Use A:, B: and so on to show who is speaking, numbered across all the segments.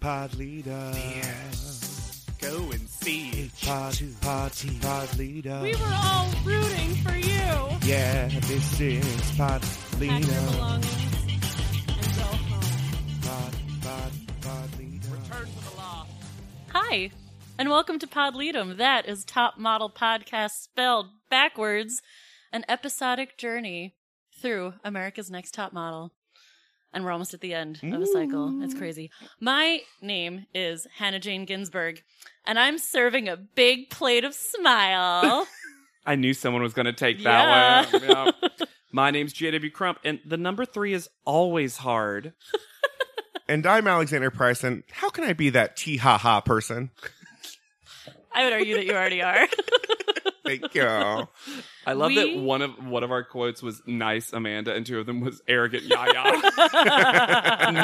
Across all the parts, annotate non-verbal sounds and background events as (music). A: Pod leader.
B: Go and see.
A: Pod, pod, pod leader.
C: We were all rooting for you.
A: Yeah, this is pod
C: Pack your
A: leader.
C: belongings and go home.
A: Pod, pod, pod leader.
C: Hi, and welcome to Podleadum. That is Top Model Podcast spelled backwards, an episodic journey through America's Next Top Model. And we're almost at the end of a cycle. It's crazy. My name is Hannah Jane Ginsburg, and I'm serving a big plate of smile.
B: I knew someone was going to take
C: Yeah.
B: that one.
C: (laughs)
B: Yeah. My name's JW Crump, and the number three is always hard.
A: And I'm Alexander Price, and how can I be that tee ha ha person?
C: I would argue that you already are.
A: Thank you.
B: I love
C: We-
B: that one of one of our quotes was "nice Amanda" and two of them was "arrogant Yaya." (laughs)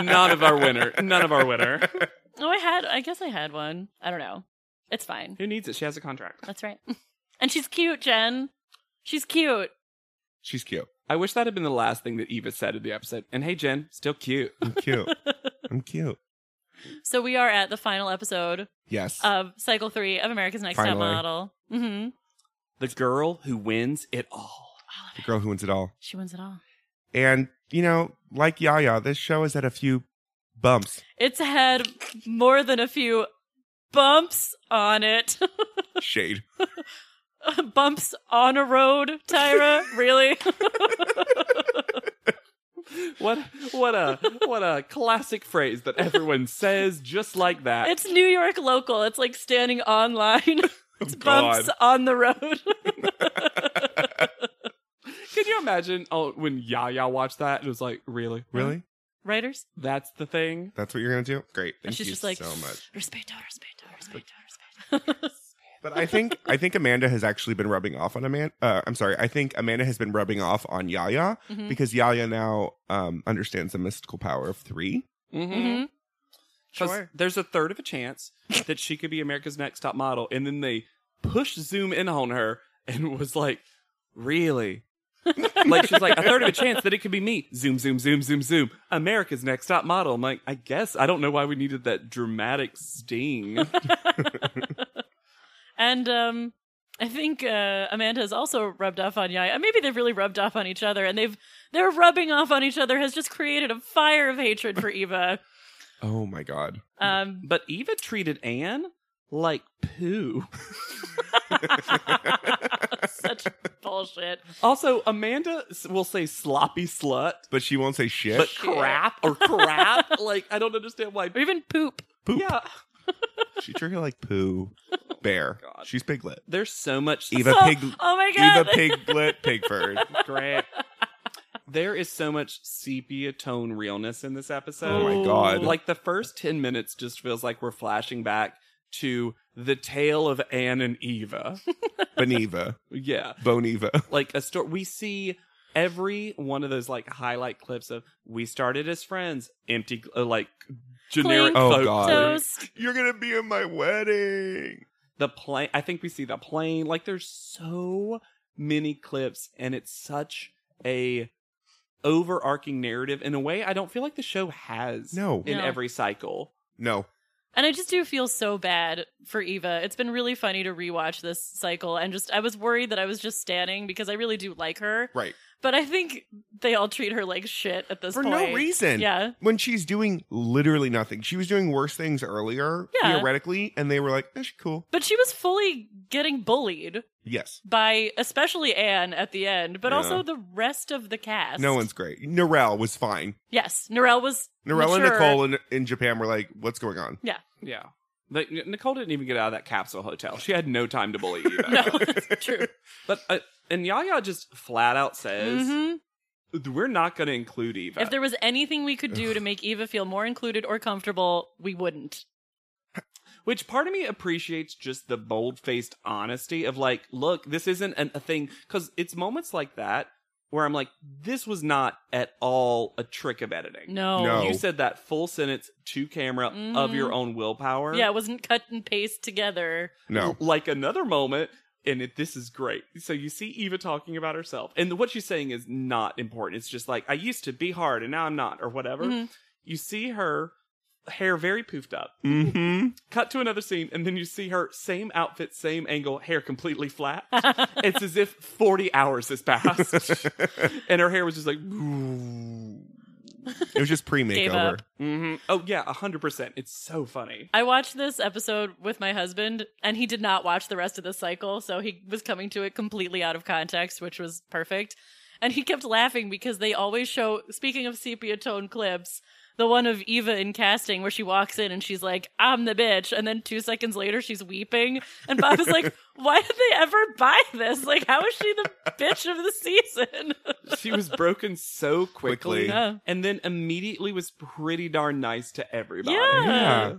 B: none of our winner. None of our winner.
C: Oh, I had. I guess I had one. I don't know. It's fine.
B: Who needs it? She has a contract.
C: That's right. (laughs) And she's cute, Jen. She's cute.
A: She's cute.
B: I wish that had been the last thing that Eva said in the episode. And hey, Jen, still cute.
A: I'm
C: (laughs)
A: cute. I'm cute.
C: So we are at the final episode
A: Yes.
C: of cycle three of America's Next Top
A: Finally.
C: Model. hmm
B: The girl who wins it all.
A: the girl who wins it all.
C: She wins it all.
A: And, you know, like Yaya, this show is at a few
C: (laughs)
A: bumps.
C: It's had more than a few bumps on it. (laughs)
A: Shade.
C: bumps on a road, Tyra. really? (laughs)
B: What what a what a classic phrase that everyone says just like that.
C: it's New York local. It's like standing on (laughs) line. It's bumps
B: God.
C: on the road. (laughs)
B: Can you imagine oh, when Yaya watched that? It was like, really,
A: Really?
C: Writers?
B: That's the thing.
A: That's what you're going to do? Great.
C: And
A: Thank
C: she's
A: you
C: just like,
A: so much.
C: Respeto, respeto, respeto, respeto. (laughs)
A: But I think I think Amanda has actually been rubbing off on Amanda. Uh, I'm sorry. I think Amanda has been rubbing off on Yaya
C: Mhm.
A: because Yaya now um, understands the mystical power of three.
C: Mhm.
B: Sure. Mm-hmm. There's a third of a chance that she could be America's Next Top Model, and then they push zoom in on her and was like, really. (laughs) like she's like a third of a chance that it could be me. Zoom, zoom, zoom, zoom, zoom. America's Next Top Model. I'm like, I guess I don't know why we needed that dramatic sting.
C: And um, I think uh, Amanda has also rubbed off on Yaya. Maybe they've really rubbed off on each other, and they've their rubbing off on each other has just created a fire of hatred for Eva.
A: Oh my god.
C: Um, (laughs)
B: but Eva treated Anne like poo.
C: such bullshit.
B: Also, Amanda s- will say sloppy slut,
A: But she won't say shit.
B: but crap or crap. (laughs) like I don't understand why.
C: Or even poop.
A: Poop.
B: Yeah,
A: She treated her like
C: (laughs)
A: poo. Bear.
B: God.
A: She's piglet.
B: there's so much
A: Eva
C: Oh,
A: pig.
C: oh my god.
A: Eva
C: (laughs)
A: piglet pigford.
B: crap. (laughs) There is so much sepia tone realness in this episode.
A: Oh my
C: Ooh.
A: god.
B: Like the first ten minutes just feels like we're flashing back to the tale of Anne and (laughs) Eva.
A: Beneva.
B: yeah,
A: Boneva.
B: like a story. We see every one of those like highlight clips of we started as friends, empty uh, like generic.
C: Clink.
A: Oh,
B: folk
A: God.
B: lyrics.
C: Toast.
A: You're gonna be in my wedding.
B: the plane i think we see the plane like there's so many clips and it's such a overarching narrative in a way i don't feel like the show has
A: No.
B: in
C: No.
B: every cycle
A: No.
C: And I just do feel so bad for Eva. It's been really funny to rewatch this cycle and just I was worried that I was just standing because I really do like her.
A: Right.
C: But I think they all treat her like shit at this
A: For
C: point.
A: no reason.
C: Yeah.
A: When she's doing literally nothing. She was doing worse things earlier,
C: Yeah.
A: theoretically, and they were like, eh, she's cool.
C: But she was fully getting bullied
A: Yes.
C: by especially Anne at the end, but
A: Yeah.
C: also the rest of the cast.
A: No one's great. Norel was fine.
C: Yes, Norel was.
A: Norel and
C: mature.
A: Nicole in, in Japan were like, what's going on?
B: yeah but N- nicole didn't even get out of that capsule hotel she had no time to
C: (laughs)
B: bully either
C: No, that's true.
B: but uh, and yaya just flat out says
C: hmm
B: We're not going to include Eva.
C: If there was anything we could do to make Eva feel more included or comfortable, we wouldn't.
B: Which part of me appreciates just the bold faced honesty of like, look, this isn't an, a thing. Because it's moments like that where I'm like, this was not at all a trick of editing.
C: No.
A: No.
B: You said that full sentence to camera of
C: Mhm.
B: your own willpower.
C: Yeah, it wasn't cut and paste together.
A: No.
B: Like another moment, and it, this is great. So you see Eva talking about herself, and what she's saying is not important. It's just like, I used to be hard, and now I'm not, or whatever.
C: Mhm.
B: You see her hair very poofed up.
A: Mm-hmm.
B: Cut to another scene, and then you see her same outfit, same angle, hair
A: (laughs)
B: completely flat. it's as if 40 hours has passed,
A: (laughs)
B: and her hair was just like,
A: It was just pre
C: Gave
A: makeover.
C: up.
A: Mm-hmm.
B: hmm oh, yeah, 100%. It's so funny.
C: I watched this episode with my husband, and he did not watch the rest of the cycle, so he was coming to it completely out of context, which was perfect. And he kept laughing because they always show, speaking of sepia tone clips, the one of Eva in casting where she walks in and she's like, I'm the bitch. And then two seconds later, she's weeping. And Bob is like, Why did they ever buy this? Like, how is she the bitch of the season?
B: She was broken so
A: Quickly.
B: quickly,
C: Yeah.
B: and then immediately was pretty darn nice to everybody.
C: Yeah.
A: Yeah.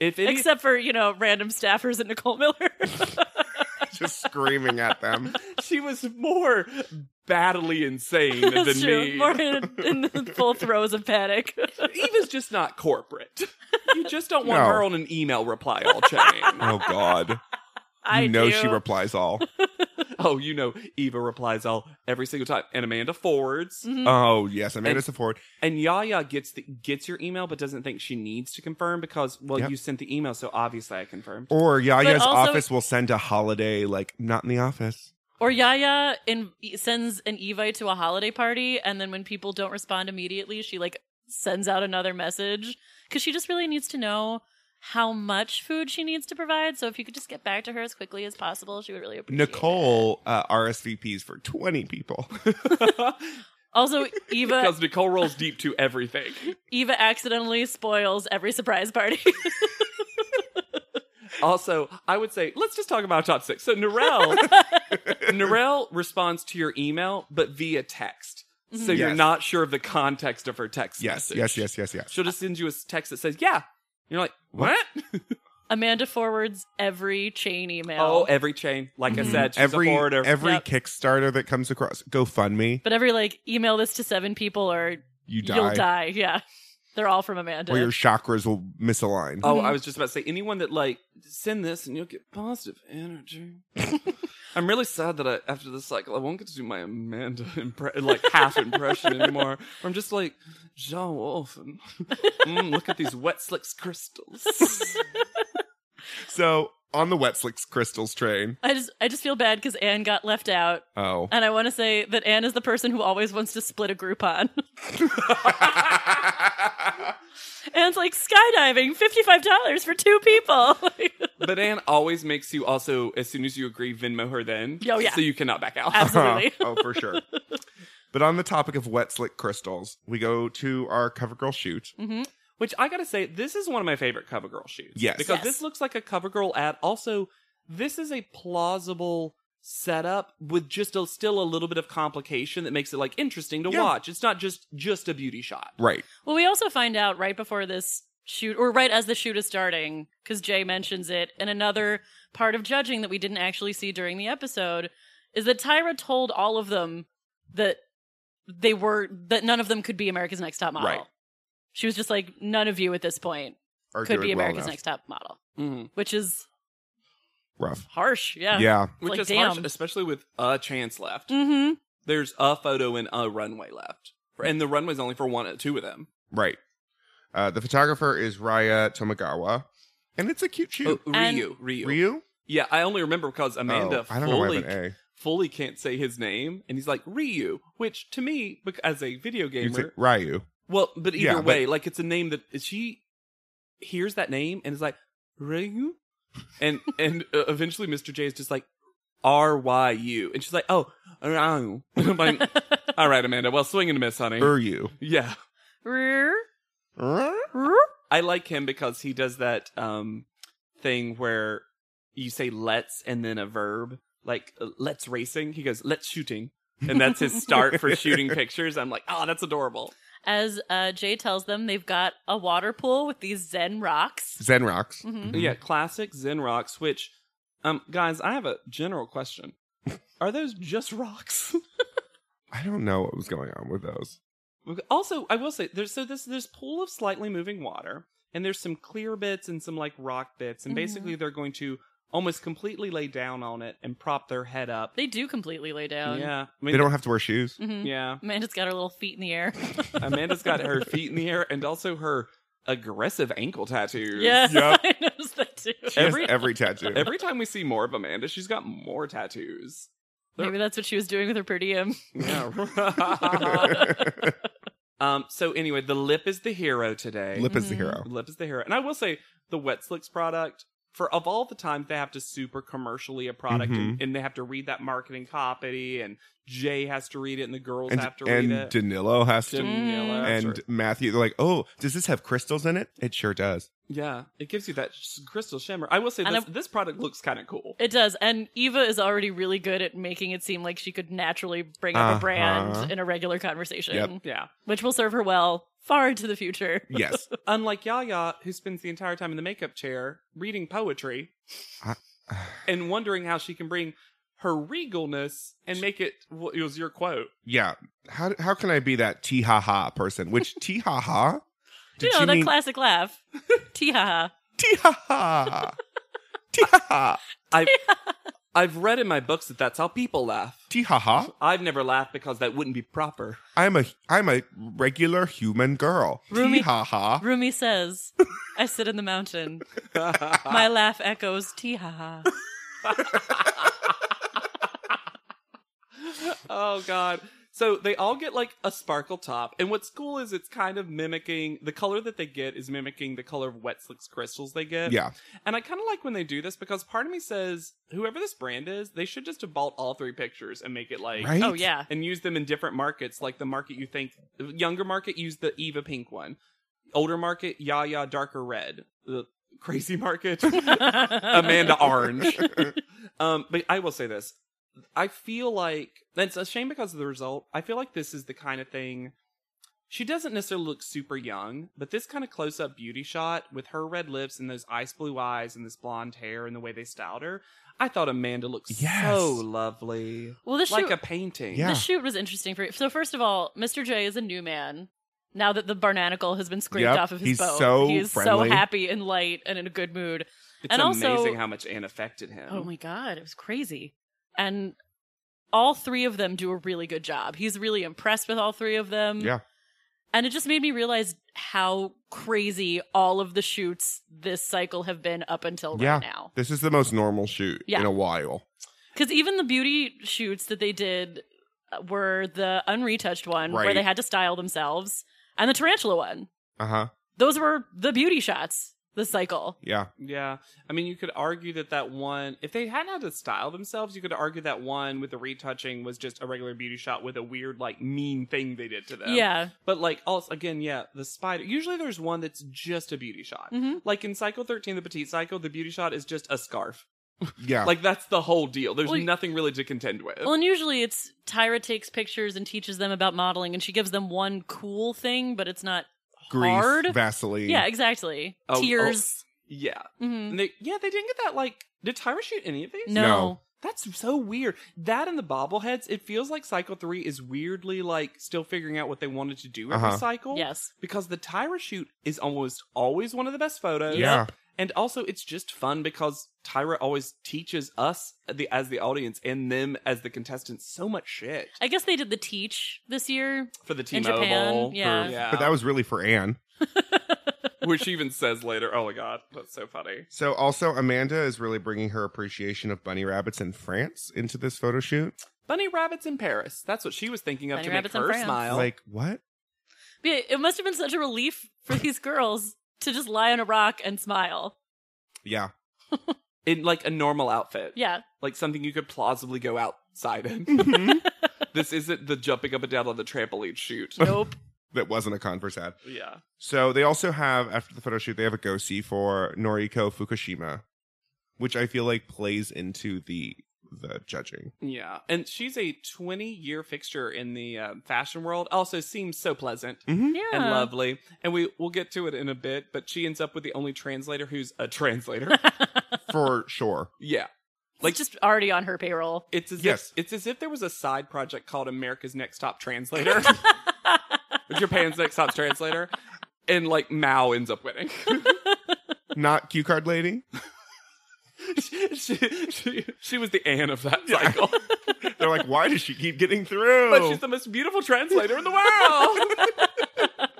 B: If any,
C: Except for, you know, random staffers and Nicole Miller.
A: Just screaming at them.
B: she was more battily insane than
C: (laughs) That's true.
B: me.
C: More in, in the full throes of panic. (laughs)
B: Eva's just not corporate. You just don't want
A: No.
B: her on an email reply all chain.
A: Oh God.
C: I
A: you know
C: do.
A: she replies all.
B: oh, you know, Eva replies all every single time, and Amanda forwards,
C: Mhm.
A: oh yes, Amanda Saford.
B: and Yaya gets the, gets your email, but doesn't think she needs to confirm because well,
A: Yep.
B: you sent the email, so obviously I confirmed.
A: Or Yaya's
C: But also-
A: office will send a holiday, like not in the office.
C: or Yaya in, sends an Evite to a holiday party, and then when people don't respond immediately, she like sends out another message because she just really needs to know how much food she needs to provide. So if you could just get back to her as quickly as possible, she would really appreciate it.
A: Nicole uh, RSVPs for twenty people. (laughs)
C: Also, Eva
B: because Nicole rolls deep to everything.
C: Eva accidentally spoils every surprise party. (laughs)
B: Also, I would say let's just talk about top six. So Narelle, Narelle responds to your email, but via text. So you're
A: Yes.
B: not sure of the context of her text.
A: yes,
B: message.
A: yes, yes, yes, yes.
B: She'll just send you a text that says, "Yeah." You're like, "What?"
C: Amanda forwards every chain email.
B: Oh, every chain. Like
A: Mm-hmm.
B: I said, she's
A: every
B: a forwarder.
A: every
C: Yep.
A: Kickstarter that comes across GoFundMe,
C: But every like email this to seven people or
A: you die,
C: you'll die. Yeah. They're all from Amanda.
A: or your chakras will misalign.
C: Mm-hmm.
B: oh, I was just about to say anyone that like send this and you'll get positive
C: (laughs)
B: energy. I'm really sad that I after this cycle I won't get to do my Amanda impre- like half impression anymore. I'm just like Jean Wolf
C: (laughs)
B: and mm, look at these wet slicks crystals.
A: So on the Wetslix crystals train.
C: I just I just feel bad because Anne got left out,
A: Oh.
C: and I want to say that Anne is the person who always wants to split a Groupon. (laughs) Anne's like skydiving, fifty five dollars for two people. (laughs)
B: but Anne always makes you also as soon as you agree Venmo her then.
C: Oh, yeah.
B: So you cannot back out.
C: (laughs) Absolutely.
A: (laughs) oh, for sure. But on the topic of wet slick crystals, we go to our CoverGirl shoot.
B: Which I gotta say, this is one of my favorite CoverGirl shoots.
A: Yes.
B: Because
C: Yes.
B: this looks like a CoverGirl ad. Also, this is a plausible setup with just a, still a little bit of complication that makes it like interesting to
A: Yeah.
B: watch. It's not just just a beauty shot.
A: Right.
C: well, we also find out right before this shoot, or right as the shoot is starting, because Jay mentions it, and another part of judging that we didn't actually see during the episode is that Tyra told all of them that they were that none of them could be America's Next Top Model.
A: Right.
C: She was just like, none of you at this point
A: Or
C: could
A: doing
C: be
A: well
C: America's
A: enough.
C: Next Top Model,
B: Mm-hmm.
C: which is
A: Rough.
C: harsh. Yeah.
A: Yeah.
B: Which
C: Like,
B: is harsh,
C: damn.
B: especially with a chance left.
C: Mm-hmm. (laughs)
B: There's a photo and a runway left. And the runway's only for one two of them.
A: Right. Uh, the photographer is Raya Tomogawa, and it's a cute
B: Oh,
A: shoot.
C: And-
B: Ryu, Ryu.
A: Ryu?
B: Yeah, I only remember because Amanda
A: Oh, I don't know why I
B: fully
A: have an A.
B: fully can't say his name, and he's like Ryu, which to me, bec- as a video
A: You'd say
B: gamer,
A: Ryu.
B: well, but either
A: Yeah, but-
B: way, like it's a name that she hears that name and is like Ryu, and (laughs) and uh, eventually Mr. J is just like R Y U, and she's like, oh, Ryu. (laughs)
A: (laughs)
B: I'm like, all right, Amanda, well, swing and a miss, honey.
A: Ryu.
B: yeah,
C: Mm-hmm.
B: I like him because he does that um thing where you say let's and then a verb. Like uh, let's racing, he goes let's shooting, and that's his
A: (laughs)
B: start for shooting pictures. I'm like, oh, that's adorable.
C: As uh, Jay tells them, they've got a water pool with these Zen rocks.
A: Zen rocks.
C: hmm
B: Yeah, classic Zen rocks. Which, um, guys, I have a general question: Are those just rocks? (laughs)
A: I don't know what was going on with those.
B: also, I will say there's so this this pool of slightly moving water, and there's some clear bits and some like rock bits, and
C: Mhm.
B: basically they're going to almost completely lay down on it and prop their head up.
C: They do completely lay down.
B: yeah, I mean,
A: They don't have to wear shoes.
B: (laughs)
C: hmm
B: yeah.
C: Amanda's got her little feet in the air.
B: Amanda's got her feet in the air and also her aggressive ankle tattoos.
C: yeah, (laughs)
A: Yup.
C: I noticed that too.
A: She has
B: Every-
A: every tattoo.
B: Every time we see more of Amanda, she's got more tattoos.
C: Maybe that's what she was doing with her per diem.
A: (laughs)
B: Yeah. um. So anyway, the lip is the hero today.
A: Lip is the
C: Mhm.
A: hero.
B: Lip is the hero, and I will say the Wet Slicks product. For of all the times they have to super commercially a product,
A: Mm-hmm.
B: and, and they have to read that marketing copy, and Jay has to read it, and the girls
A: And,
B: have to read
A: and
B: it.
A: Danilo has to.
B: Danilo-
A: and Matthew, they're like, oh, does this have crystals in it? It sure does.
B: yeah, it gives you that s- crystal shimmer. I will say
C: And
B: this,
C: I'm-
B: this product looks kind of cool.
C: It does. And Eva is already really good at making it seem like she could naturally bring up
A: Uh-huh.
C: a brand in a regular conversation,
A: Yep.
B: Yeah,
C: which will serve her well far into the future.
B: (laughs)
A: Yes.
B: Unlike Yaya, who spends the entire time in the makeup chair reading poetry
A: I-
B: and wondering how she can bring her regalness and make it, well, it was your quote.
A: yeah. How, how can I be that tee ha ha person?
B: (laughs)
A: Which tee ha ha?
C: you know, that classic laugh. (laughs) Tee ha
A: tee ha
B: (laughs)
A: ha? Tee ha ha?
B: I've, I've read in my books that that's how people laugh.
A: Tee ha ha?
B: I've never laughed because that wouldn't be proper. (laughs)
A: I'm a I'm a regular human girl.
C: Rumi-
A: Tee ha ha.
C: ha. Rumi says, I sit in
A: (laughs)
C: the mountain.
A: Ah.
B: I
C: My laugh echoes tee ha ha.
B: oh god so they all get like a sparkle top and what's cool is it's kind of mimicking the color that they get is mimicking the color of wet slicks crystals they get
A: Yeah.
B: and i kind of like when they do this because part of me says whoever this brand is they should just have bought all three pictures and make it like
A: Right?
C: Oh, yeah.
B: and use them in different markets like the market you think younger market use the eva pink one older market yaya darker red the crazy (laughs) market Amanda Orange. (laughs) um, but I will say this. I feel like that's a shame because of the result. I feel like this is the kind of thing she doesn't necessarily look super young, but this kind of close up beauty shot with her red lips and those ice blue eyes and this blonde hair and the way they styled her, I thought Amanda looked
A: Yes.
B: so lovely.
C: Well, this
B: like
C: shoot-
B: a painting.
A: Yeah.
C: The shoot was interesting for So first of all, Mr. J is a new man. Now that the barnacle has been scraped
A: Yep,
C: off of his
A: he's
C: boat,
A: so
C: he is
A: friendly.
C: so happy and light and in a good mood.
B: It's
C: And also-
B: amazing how much Anne affected him.
C: Oh my god, it was crazy. And all three of them do a really good job. He's really impressed with all three of them.
A: Yeah.
C: And it just made me realize how crazy all of the shoots this cycle have been up until
A: Yeah.
C: right now.
A: This is the most normal shoot
C: Yeah.
A: in a while.
C: Because even the beauty shoots that they did uh, were the unretouched one where
A: Right.
C: they had to style themselves and the tarantula one.
A: Uh huh.
C: Those were the beauty shots this cycle.
A: Yeah.
B: Yeah, I mean, you could argue that that one, if they hadn't had to style themselves, you could argue that one with the retouching was just a regular beauty shot with a weird, like, mean thing they did to them.
C: Yeah.
B: But like, also again, yeah, the spider. Usually, there's one that's just a beauty shot.
C: Mhm.
B: Like in Cycle 13, the Petite Cycle, the beauty shot is just a scarf.
A: Yeah.
B: Like that's the whole deal. There's
C: Well, y-
B: nothing really to contend with.
C: Well, and usually it's Tyra takes pictures and teaches them about modeling, and she gives them one cool thing, but it's not
A: Grease,
C: hard.
A: Vaseline.
C: Yeah, exactly.
B: Oh, oh.
C: Tears.
B: yeah,
C: Mhm.
B: and they, yeah, they didn't get that. Like, did Tyra shoot any of these?
C: No.
A: No.
B: That's so weird. That and the bobbleheads, it feels like cycle three is weirdly like still figuring out what they wanted to do every
A: Uh-huh.
B: cycle.
C: Yes.
B: Because the Tyra shoot is almost always one of the best photos.
A: Yeah.
B: And also it's just fun because Tyra always teaches us the as the audience and them as the contestants so much shit.
C: I guess they did the teach this year.
B: For the T
C: In Japan,
B: Mobile.
C: yeah.
A: But that was really for Anne.
B: (laughs) which she even says later, Oh my god, that's so funny.
A: So also Amanda is really bringing her appreciation of bunny rabbits in France into this photo shoot.
B: Bunny rabbits in Paris. That's what she was thinking of
C: Bunny
B: to make
C: rabbits in
B: her
C: France.
B: smile.
A: Like what?
C: Yeah, it must have been such a relief for these girls to just lie on a rock and smile.
A: Yeah.
B: in like a normal outfit.
C: Yeah.
B: like something you could plausibly go outside in. this isn't the jumping up and down on the trampoline shoot.
C: Nope.
A: (laughs) That wasn't a converse ad.
B: yeah.
A: So they also have after the photo shoot they have a go see for Noriko Fukushima, which I feel like plays into the the
B: (laughs)
A: judging.
B: Yeah, and she's a 20 year fixture in the uh, fashion world. Also, seems so pleasant
C: Yeah.
B: and lovely, and we we'll get to it in a bit. But she ends up with the only translator who's a translator.
A: For sure.
B: yeah,
C: Like just already on
A: (laughs)
C: her payroll.
B: it's as
A: Yes.
B: if, it's as if there was a side project called America's Next Top Translator, (laughs) Japan's Next Top Translator, and like Mao ends up winning. (laughs)
A: Not cue card lady.
B: she, she, she, she was the Anne of that cycle.
A: They're like, why does she keep getting through?
B: but she's the most beautiful translator in the world.
A: (laughs)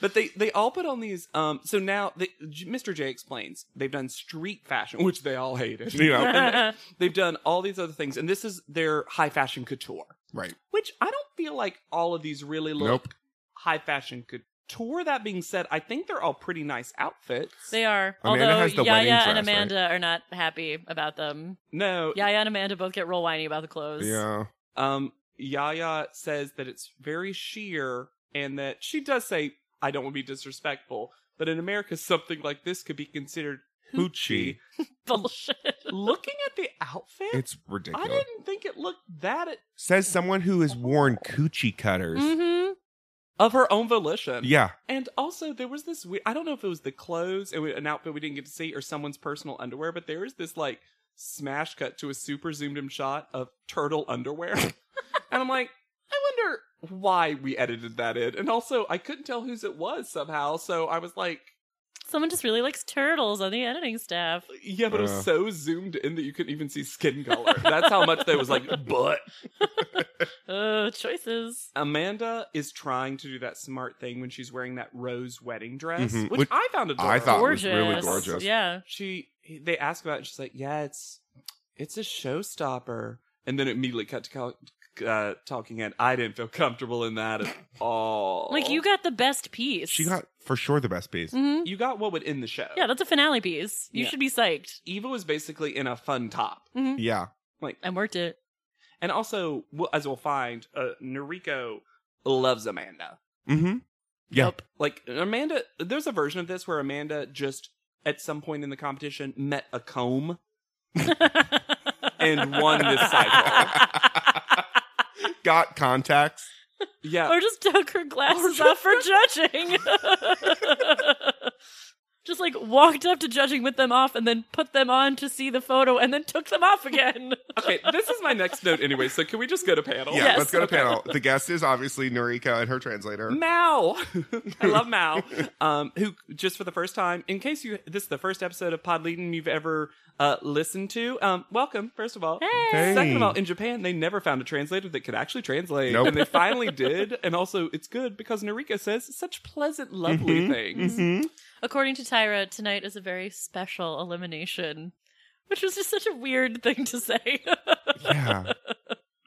B: but they they all put on these. Um, so now they, J- Mr. J explains they've done street fashion, which they all hated.
A: (laughs) Yeah.
B: And (laughs) they've done all these other things, and this is their high fashion couture,
A: right.
B: which I don't feel like all of these really look
A: Nope.
B: high fashion couture. That being said, I think they're all pretty nice outfits.
C: (laughs) They are.
A: Amanda
C: Although
A: has the wedding
C: Yaya and
A: dress, right?
C: Amanda are not happy about them.
B: no,
C: Yaya and Amanda both get real whiny about the clothes.
A: Yeah.
B: Um, Yaya says that it's very sheer and that she does say, I don't want to be disrespectful, but in America, something like this could be considered hoochie.
C: (laughs) Bullshit.
B: Looking at the outfit,
A: It's
B: I
A: ridiculous.
B: didn't think it looked that it-
A: Says someone who has worn coochie cutters.
C: mm-hmm.
B: of her own (laughs) volition.
A: Yeah.
B: And also, there was this we I don't know if it was the clothes and we- an outfit we didn't get to see or someone's personal underwear, but there was this like smash cut to a super zoomed in shot of turtle underwear. (laughs) and I'm like, I wonder why we edited that in. And also, I couldn't tell whose it was somehow. So I was like,
C: Someone just really likes turtles on the editing staff.
B: yeah, but it
A: Uh.
B: was so zoomed in that you couldn't even see skin color. (laughs) That's how much there was like, but.
C: Oh, choices.
B: Amanda is trying to do that smart thing when she's wearing that rose wedding dress,
A: Mhm.
B: which,
A: Which
B: I found adorable.
A: I thought it was
C: Gorgeous.
A: really gorgeous.
C: Yeah.
B: she they ask about it and she's like yeah it's it's a showstopper and then it immediately cut to cal- uh, talking head i didn't feel comfortable in that at all
C: Like you got the best piece.
A: She got for sure the best piece.
C: hmm
B: you got what would end the show
C: Yeah, that's a finale piece. You
B: Yeah.
C: should be psyched.
B: eva was basically in a fun top
C: Mm-hmm.
A: Yeah.
C: And worked it.
B: and also well, as we'll find uh, noriko loves amanda
A: Mm-hmm. Yeah.
C: Nope.
B: like amanda there's a version of this where amanda just at some point in the competition met a comb and won
C: (laughs)
B: this cycle
A: Got contacts.
B: yeah
C: or just took her glasses
B: Or
C: off for judging. (laughs) just like walked up to judging with them off and then put them on to see the photo and then took them off again. (laughs)
B: okay this is my next note anyway so can we just go to panel
A: Yeah,
C: Yes.
A: let's go to
C: Okay.
B: (laughs)
A: panel. The guest is obviously Norika and her translator.
B: Mm-hmm. Mal. (laughs) I love Mal. Um, who just for the first time, in case you this is the first episode of Pod Leading you've ever uh, listened to. Um, welcome, first of all.
C: Hey.
B: Second of all, in Japan, they never found a translator that could actually translate.
A: Nope.
B: And
A: (laughs)
B: they finally did. And also it's good because Narika says such pleasant, lovely
A: Mm-hmm.
B: things.
C: According to Tyra, tonight is a very special elimination. Which was just such a weird thing to say. (laughs)
B: (laughs)
A: Yeah.
C: Mm-hmm.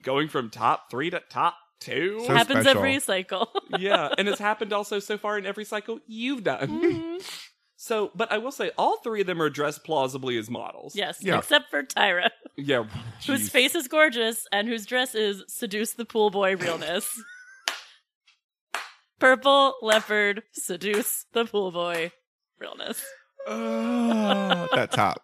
B: Going from top three to top two.
A: So-
C: Happens
A: special.
C: every cycle. (laughs)
B: yeah. And it's happened also so far in every cycle you've done.
C: Mhm.
B: (laughs) so but I will say all three of them are dressed plausibly as models.
C: Yes,
A: Yeah.
C: except for Tyra,
B: Yeah.
C: whose face is gorgeous and whose dress is seduce the pool boy
A: (laughs)
C: realness. Purple leopard seduce the pool boy realness.
A: Ah, that top.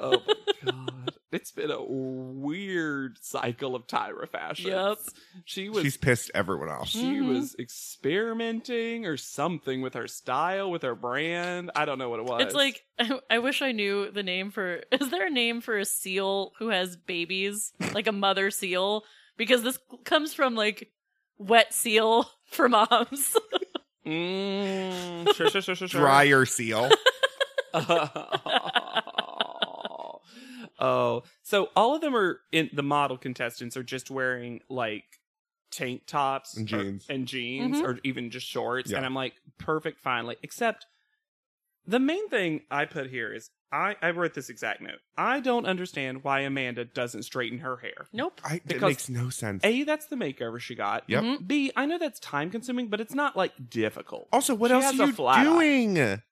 B: Oh my god. It's been a weird cycle of Tyra fashion.
C: Yep.
B: She was
A: She's pissed everyone off.
B: she
C: Mhm.
B: was experimenting or something with her style, with her brand. I don't know what it was.
C: It's like (laughs) I, I wish I knew the name for. Is there a name for a seal who has babies, like a mother seal? Because this comes from like wet seal (laughs) for moms. (laughs)
B: mm, sure, sure, sure, sure, sure.
A: Dryer seal.
B: oh. (laughs) Oh. so all of them are in the model contestants are just wearing like tank tops
A: And
B: or-
A: jeans.
B: and jeans
C: Mhm.
B: or even just shorts
A: Yeah.
B: and I'm like perfect finally except the main thing I put here is I I wrote this exact note I don't understand why Amanda doesn't straighten her hair
C: nope.
A: I, that
B: Because-
A: makes no sense.
B: A that's the makeover she got
A: Yep.
C: Mhm.
B: B I know that's time consuming but it's not like difficult
A: Also, what
B: She
A: else
B: has
A: are
B: a
A: you
B: flat eye.
A: doing?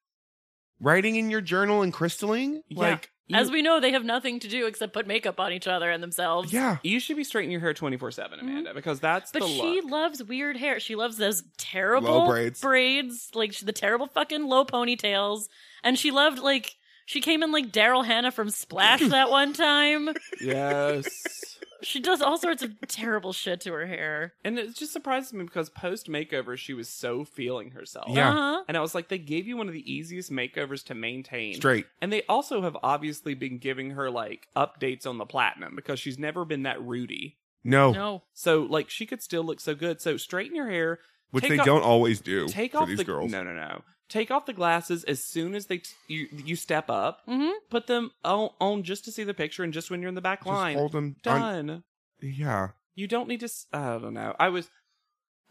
A: Writing in your journal and crystalline?
B: Yeah.
A: Like,
B: You-
C: As we know, they have nothing to do except put makeup on each other and themselves.
A: yeah.
B: you should be straightening your hair 24 7 Amanda because that's
C: Mm-hmm. But
B: the
C: she
B: look.
C: loves weird hair. She loves those terrible
A: Low braids.
C: braids, like the terrible fucking low ponytails. And she loved like She came in like Daryl Hannah from Splash that one time.
B: Yes.
C: She does all sorts of terrible shit to her hair.
B: (laughs) And it just surprises me because post makeover, she was so feeling herself.
A: Yeah.
C: Uh-huh.
B: And I was like, they gave you one of the easiest makeovers to maintain.
A: Straight.
B: And they also have obviously been giving her like updates on the platinum because she's never been that rooty.
A: No,
C: No.
B: So like she could still look so good. So straighten your hair.
A: which
B: take
A: they
B: off-
A: don't always do
B: Take
A: for
B: off
A: these
B: the
A: girls.
B: No, no, no. Take off the glasses as soon as they t- you you step up.
C: hmm
B: Put them on, on just to see the picture and just when you're in the back
A: Just
B: line.
A: hold them on-
B: Done.
A: Yeah,
B: You don't need to. s- I don't know. I was,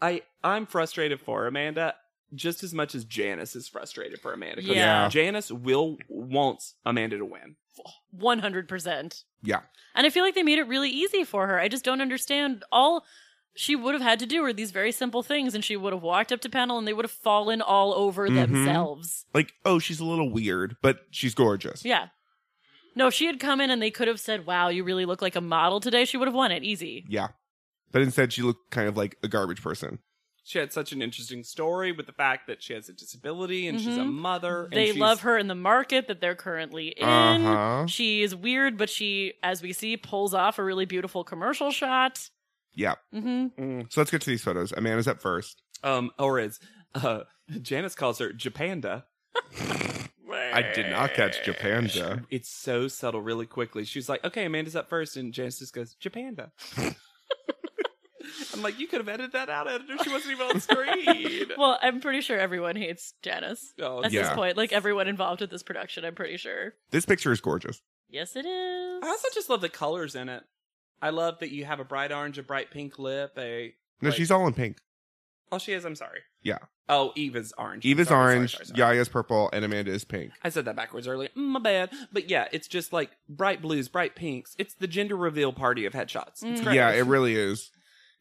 B: I I'm frustrated for Amanda just as much as Janice is frustrated for Amanda. 'cause
C: Yeah.
B: Janice will wants Amanda to win.
C: 100%.
A: yeah.
C: And I feel like they made it really easy for her. I just don't understand. All she would have had to do were these very simple things, and she would have walked up to panel and they would have fallen all over
A: Mhm.
C: themselves.
A: Like, oh, she's a little weird, but she's gorgeous.
C: Yeah. No, if she had come in and they could have said, Wow, you really look like a model today. She would have won it easy.
A: Yeah. But instead, she looked kind of like a garbage person.
B: She had such an interesting story with the fact that she has a disability and she's a
C: Mhm.
B: mother. and
C: They
B: she's-
C: love her in the market that they're currently in.
A: Uh-huh.
C: She is weird, but she, as we see, pulls off a really beautiful commercial shot.
A: Yeah.
C: hmm
B: Mm.
A: So let's get to these photos. Amanda's up first.
B: Um, or as uh, Janice calls her Japanda.
A: I did not catch Japanda.
B: It's so subtle, really quickly. She's like, "Okay, Amanda's up first, and Janice just goes, "Japanda." I'm like, "You could have edited that out, editor. She wasn't even on
C: (laughs)
B: screen."
C: Well, I'm pretty sure everyone hates Janice
B: Oh,
C: at
A: Yeah.
C: this point. Like everyone involved with this production, I'm pretty sure.
A: This picture is gorgeous.
C: Yes, it is.
B: I also just love the colors in it. I love that you have a bright orange, a bright pink lip, a
A: No,
B: Right.
A: she's all in pink.
B: oh she is. I'm sorry.
A: Yeah.
B: Oh, Eva's orange. I'm
A: Eva's
B: sorry, sorry,
A: orange,
B: sorry, sorry.
A: Yaya's purple, and Amanda is pink.
B: I said that backwards earlier. Mm, My bad. But yeah, it's just like bright blues, bright pinks. It's the gender reveal party of headshots. It's
C: Mm.
B: great.
A: Yeah, it really is.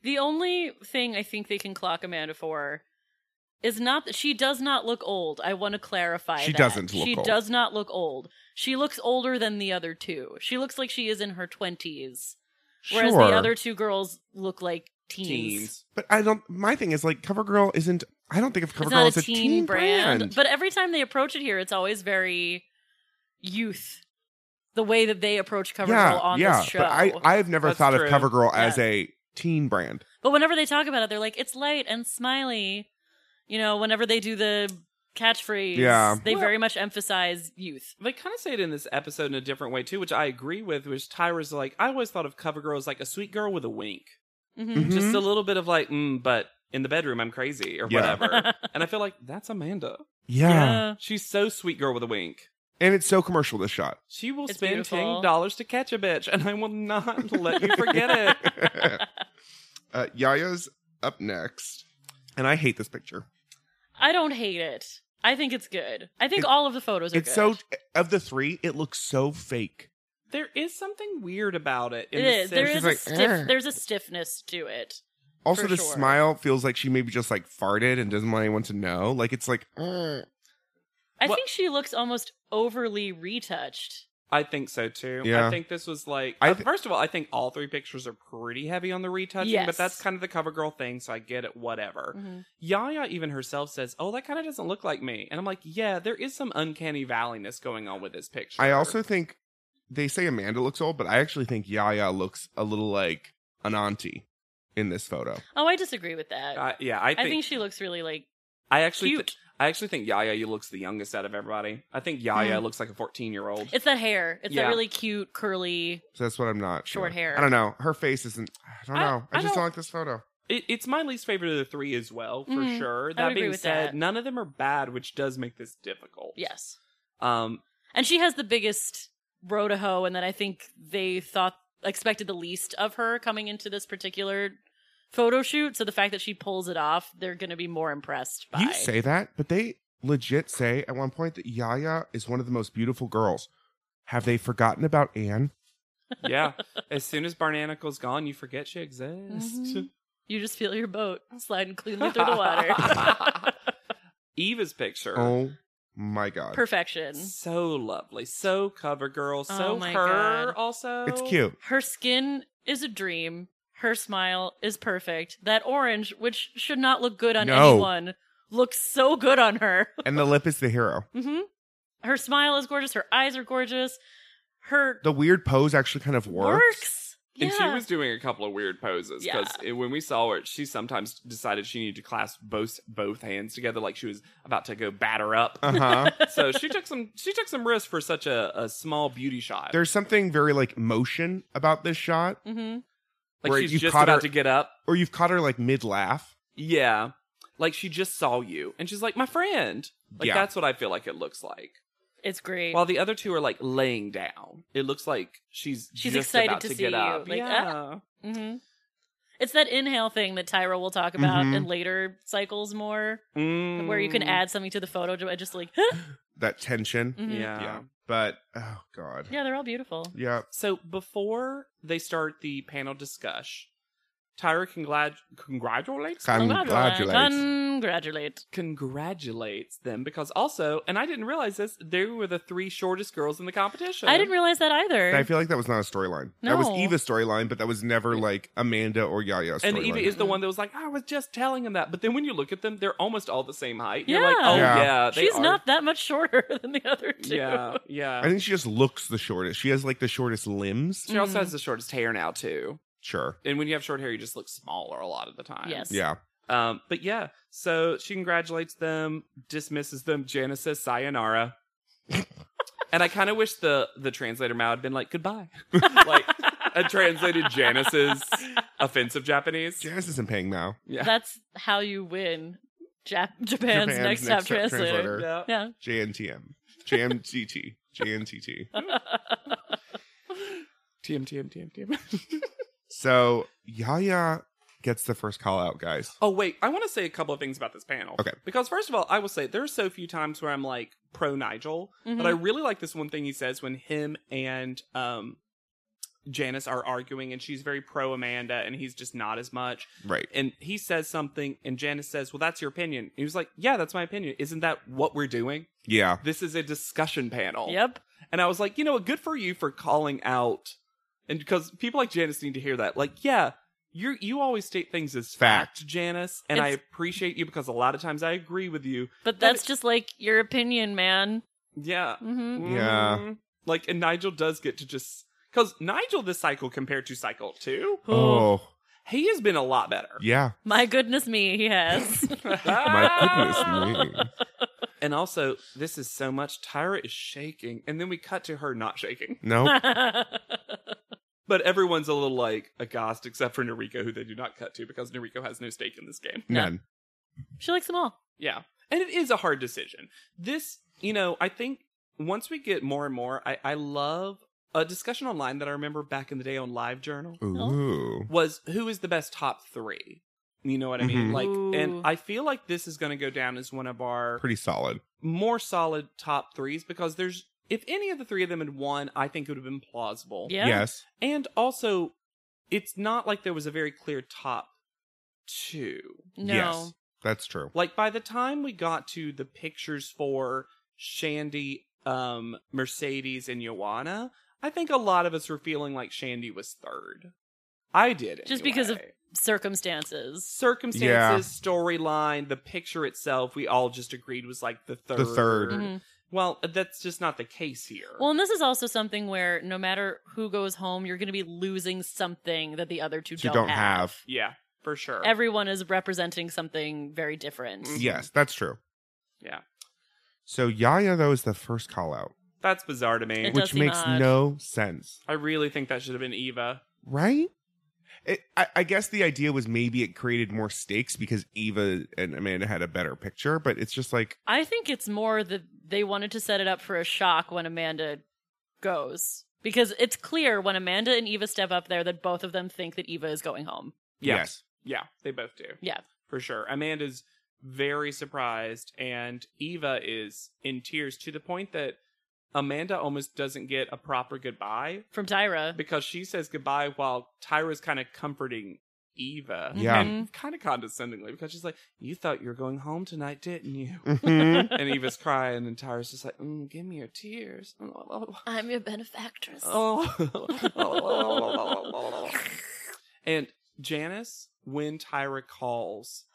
C: The only thing I think they can clock Amanda for is not that she does not look old. I want to clarify.
A: She
C: that.
A: doesn't look
C: She
A: old.
C: does not look old. She looks older than the other two. She looks like she is in her twenties, whereas
A: sure.
C: the other two girls look like teens.
B: teens.
A: But I don't. My thing is like CoverGirl isn't. I don't think of
C: It's
A: CoverGirl
C: not
A: as
C: a
A: a
C: teen,
A: teen brand.
C: brand, but every time they approach it here, it's always very youth. The way that they approach CoverGirl on this show.
A: But I I have never
B: That's
A: thought
B: true.
A: of CoverGirl as
C: Yeah.
A: a teen brand.
C: But whenever they talk about it, they're like, it's light and smiley. You know, whenever they do the catchphrase,
A: Yeah.
C: they
B: Well-
C: very much emphasize youth.
B: They kind of say it in this episode in a different way too, which I agree with. Which Tyra's like, I always thought of CoverGirl as like a sweet girl with a wink.
C: hmm
A: Mhm.
B: just a little bit of like, mm, but in the bedroom I'm crazy or
A: Yeah.
C: (laughs)
B: whatever. and I feel like that's Amanda.
A: Yeah.
C: Yeah.
B: She's so sweet, girl with a wink.
A: and it's so commercial. This shot.
B: She will
C: It's
B: spend
C: beautiful.
B: ten dollars to catch a bitch, and I will
C: (laughs)
B: not let you forget it.
A: (laughs) Uh, Yaya's up next, and I hate this picture.
C: I don't hate it. I think it's good. I think all of the photos are
A: It's
C: good.
A: so of the three, it looks so fake.
B: There is something weird about it. In
C: It
B: the
C: is.
B: sense-
C: There
A: She's
C: is a
A: like,
C: stiff.
A: "Eh."
C: There's a stiffness to it.
A: Also,
C: For
A: the
C: sure.
A: smile feels like she maybe just like farted and doesn't want anyone to know. Like it's like, uh,
C: Mm, I
B: What-
C: think she looks almost overly retouched.
B: I think so too. I
A: Yeah.
B: think this was like.
A: I
B: uh,
A: thi-
B: first of all, I think all three pictures are pretty heavy on the retouching, but
C: Yes. Mm-hmm.
B: that's kind of the cover girl thing, so I get it. Whatever. Yaya even herself says, "Oh, that kind of doesn't look like me," and I'm like, "Yeah, there is some uncanny valleyness going on with this picture."
A: I also think they say Amanda looks old, but I actually think Yaya looks a little like an auntie in this photo.
C: Oh, I disagree with that. I
B: I- yeah, I
C: think,
B: think, I,
C: she looks really like
B: actually,
C: cute.
B: th- I actually think Yaya you looks the youngest out of everybody. I think Yaya looks like a fourteen year old.
C: Mm-hmm. it's that hair. It's
B: Yeah.
C: that really cute curly.
A: So that's what I'm not sure.
C: Short hair.
A: I don't know. Her face isn't. I don't
B: I-
A: know. I,
B: I
A: just don't,
B: don't-
A: like this photo.
B: It, it's my least favorite of the three as well, for
C: Mhm.
B: sure.
C: would
B: That
C: agree
B: being
C: with
B: said,
C: that.
B: none of them are bad, which does make this difficult.
C: Yes.
B: Um,
C: And she has the biggest row to hoe, and then I think they thought expected the least of her coming into this particular photo shoot. So the fact that she pulls it off, they're going to be more impressed by.
A: You say that, but they legit say at one point that Yaya is one of the most beautiful girls. Have they forgotten about Anne?
B: yeah. as soon as Barnanicle's gone, you forget she exists. (laughs)
C: Mhm. You just feel your boat sliding cleanly through
A: (laughs)
C: the water.
B: (laughs) Eva's picture.
A: Oh my god,
C: Perfection.
B: So lovely. So cover girl. So
C: Oh my
B: her
C: God.
B: also.
A: it's cute.
C: Her skin is a dream. Her smile is perfect. That orange, which should not look good on
A: No.
C: anyone, looks so good on her. (laughs)
A: And the lip is the hero.
C: hmm Her smile is gorgeous. Her eyes are gorgeous. Her
A: The weird pose actually kind of works.
C: works. Yeah.
B: And she was doing a couple of weird poses because when we saw her, she sometimes decided she needed to clasp both both hands together, like she was about to go
A: (laughs)
B: batter up.
A: Uh
B: (laughs)
A: huh.
B: so she took some she took some risks for such a, a small beauty shot.
A: There's something very like motion about this shot,
C: hmm
B: like
A: where
B: she's
A: you've
B: just
A: caught
B: about
A: her-
B: to get up.
A: or you've caught her like mid laugh.
B: Yeah, like she just saw you, and she's like, "My friend." Like
A: Yeah.
B: that's what I feel like it looks like.
C: It's great.
B: While the other two are like laying down, it looks like she's
C: She's
B: just
C: excited
B: about
C: to
B: to,
C: see
B: get
C: you,
B: up.
C: like,
B: yeah.
C: hmm It's that inhale thing that Tyra will talk about
A: Mhm.
C: in later cycles more,
B: Mm.
C: where you can add something to the photo by just like, (laughs)
A: That tension.
C: Mhm.
B: Mm, Yeah.
A: Yeah. But oh god.
C: Yeah, they're all beautiful.
A: Yeah.
B: So before they start the panel discuss, Tyra conglad- congratulates
A: Congratulations.
C: Congratulate.
B: congratulates them because also, and I didn't realize this, they were the three shortest girls in the competition.
C: I didn't realize that either.
A: I feel like that was not a storyline. That was
C: No.
A: Eva's storyline, but that was never like Amanda or Yaya's
B: and
A: storyline.
B: Eva is the one that was like, I was just telling him that. But then when you look at them, they're almost all the same height. You're like,
C: Yeah.
B: oh,
A: Yeah.
B: yeah. they
C: She's
B: are.
C: not that much shorter (laughs) than the other
B: (laughs)
C: two.
B: Yeah,
A: I
B: yeah.
A: think she just looks the shortest. She has like the shortest limbs.
B: She
C: Mm.
B: also has the shortest hair now, too.
A: Sure.
B: And when you have short hair, you just look smaller a lot of the time.
C: Yes.
A: Yeah.
B: Um, but yeah, so she congratulates them, dismisses them. Janice
A: (laughs)
B: says sayonara. and I kind of wish the the translator Mao had been like
C: (laughs)
B: goodbye, like and translated Janice's offensive Japanese.
A: Janice isn't paying now.
B: yeah.
C: (laughs) That's how you win Jap- (laughs) Japan's,
A: Japan's
C: next,
A: next
C: top
A: Top
C: translator.
B: Yeah.
C: Yeah.
A: JNTM. JMTT. JNTT.
B: TM TM TM TM.
A: So Yaya gets the first call out, guys.
B: Oh wait, I want to say a couple of things about this panel.
A: Okay.
B: Because first of all, I will say there are so few times where I'm like pro Nigel, but I really like this one thing he says when him and um Janice are arguing and she's very pro Amanda and he's just not as much.
A: Right.
B: And he says something and Janice says, "Well, that's your opinion." And he was like, "Yeah, that's my opinion. Isn't that what we're doing?
A: Yeah.
B: This is a discussion panel."
C: Yep.
B: And I was like, "You know what? Good for you for calling out." And because people like Janice need to hear that. Like, yeah, you you always state things as
A: Fact.
B: fact, Janice, and I
C: It's-
B: appreciate you because a lot of times I agree with you.
C: But that's just like your opinion, man.
B: Yeah.
C: hmm
A: Yeah.
B: Mhm. Like, and Nigel does get to just because Nigel this cycle compared to cycle two,
A: Oh.
B: he has been a lot better.
A: Yeah.
C: My goodness me, he has.
A: (laughs)
C: (laughs)
A: My goodness me.
B: And also, this is so much. Tyra is shaking, and then we cut to her not shaking.
C: (laughs)
A: No.
B: But everyone's a little like aghast, except for Noriko, who they do not cut to because Noriko has no stake in this game.
A: None.
C: she likes them all.
B: Yeah. And it is a hard decision. This, you know, I think once we get more and more, I, I love a discussion online that I remember back in the day on Live Journal
A: Ooh.
B: was who is the best top three? You know what I
A: Mhm.
B: mean? Like,
C: Ooh.
B: and I feel like this is going to go down as one of our
A: Pretty solid.
B: more solid top threes because there's, if any of the three of them had won, I think it would have been plausible.
C: Yeah.
A: Yes.
B: And also, it's not like there was a very clear top two.
C: No.
A: Yes. That's true.
B: Like by the time we got to the pictures for Shandy, um, Mercedes, and Joanna, I think a lot of us were feeling like Shandy was third. I did
C: Just because of-
B: anyway.
C: Circumstances.
B: circumstances, storyline, the picture itself. We all just agreed was like the third.
A: The third.
C: Mhm.
B: Well, that's just not the case here.
C: Well, and this is also something where no matter who goes home, you're going to be losing something that the other two
A: You
C: don't,
A: don't
C: have.
A: have.
B: yeah, for sure.
C: Everyone is representing something very different.
B: Mhm.
A: Yes, that's true.
B: Yeah.
A: So Yaya though is the first call out,
B: that's bizarre to me.
C: It does
A: which
C: seem
A: makes
C: odd.
A: no sense.
B: I really think that should have been Eva.
A: right? It, I, I guess the idea was maybe it created more stakes because Eva and Amanda had a better picture, but it's just like,
C: I think it's more that they wanted to set it up for a shock when Amanda goes. Because it's clear when Amanda and Eva step up there that both of them think that Eva is going home.
B: Yeah.
A: yes,
B: Yeah, they both do.
C: Yeah.
B: for sure. Amanda's very surprised, and Eva is in tears to the point that Amanda almost doesn't get a proper goodbye
C: From Tyra.
B: because she says goodbye while Tyra's kind of comforting Eva.
A: Yeah.
B: And kind of condescendingly because she's like, You thought you were going home tonight, didn't you?
A: Mhm.
B: and Eva's crying, and Tyra's just like, mm, Give me your tears. (laughs)
C: I'm your benefactress.
B: Oh. and Janice, when Tyra calls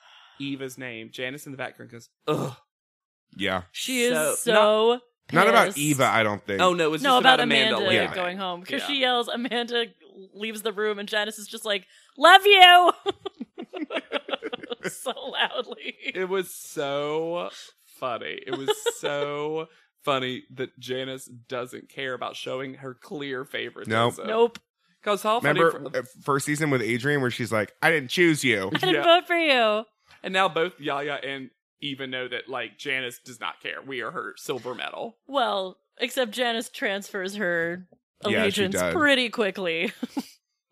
B: Eva's name, Janice in the background goes, ugh.
A: (laughs) yeah,
C: She is so,
B: So,
A: Not about
C: pissed.
A: Eva, I don't think.
B: Oh no, it's
C: no,
B: just
C: about,
B: about
C: Amanda,
A: leaving. Yeah.
C: going home because
B: Yeah.
C: she yells. Amanda leaves the room, and Janice is just like, "Love you," (laughs) so loudly.
B: It was so funny. It
C: (laughs)
B: was so funny that Janice doesn't care about showing her clear favoritism.
C: Nope,
B: Because how funny.
A: Remember uh, first season with Adrian where she's like, I didn't choose you.
C: I
B: (laughs)
C: didn't
B: Yeah.
C: vote for you.
B: And now both Yaya and Eva know that like Janice does not care. We are her silver medal.
C: Well, except Janice transfers her
A: Yeah, she
C: allegiance
A: does.
C: pretty quickly. (laughs)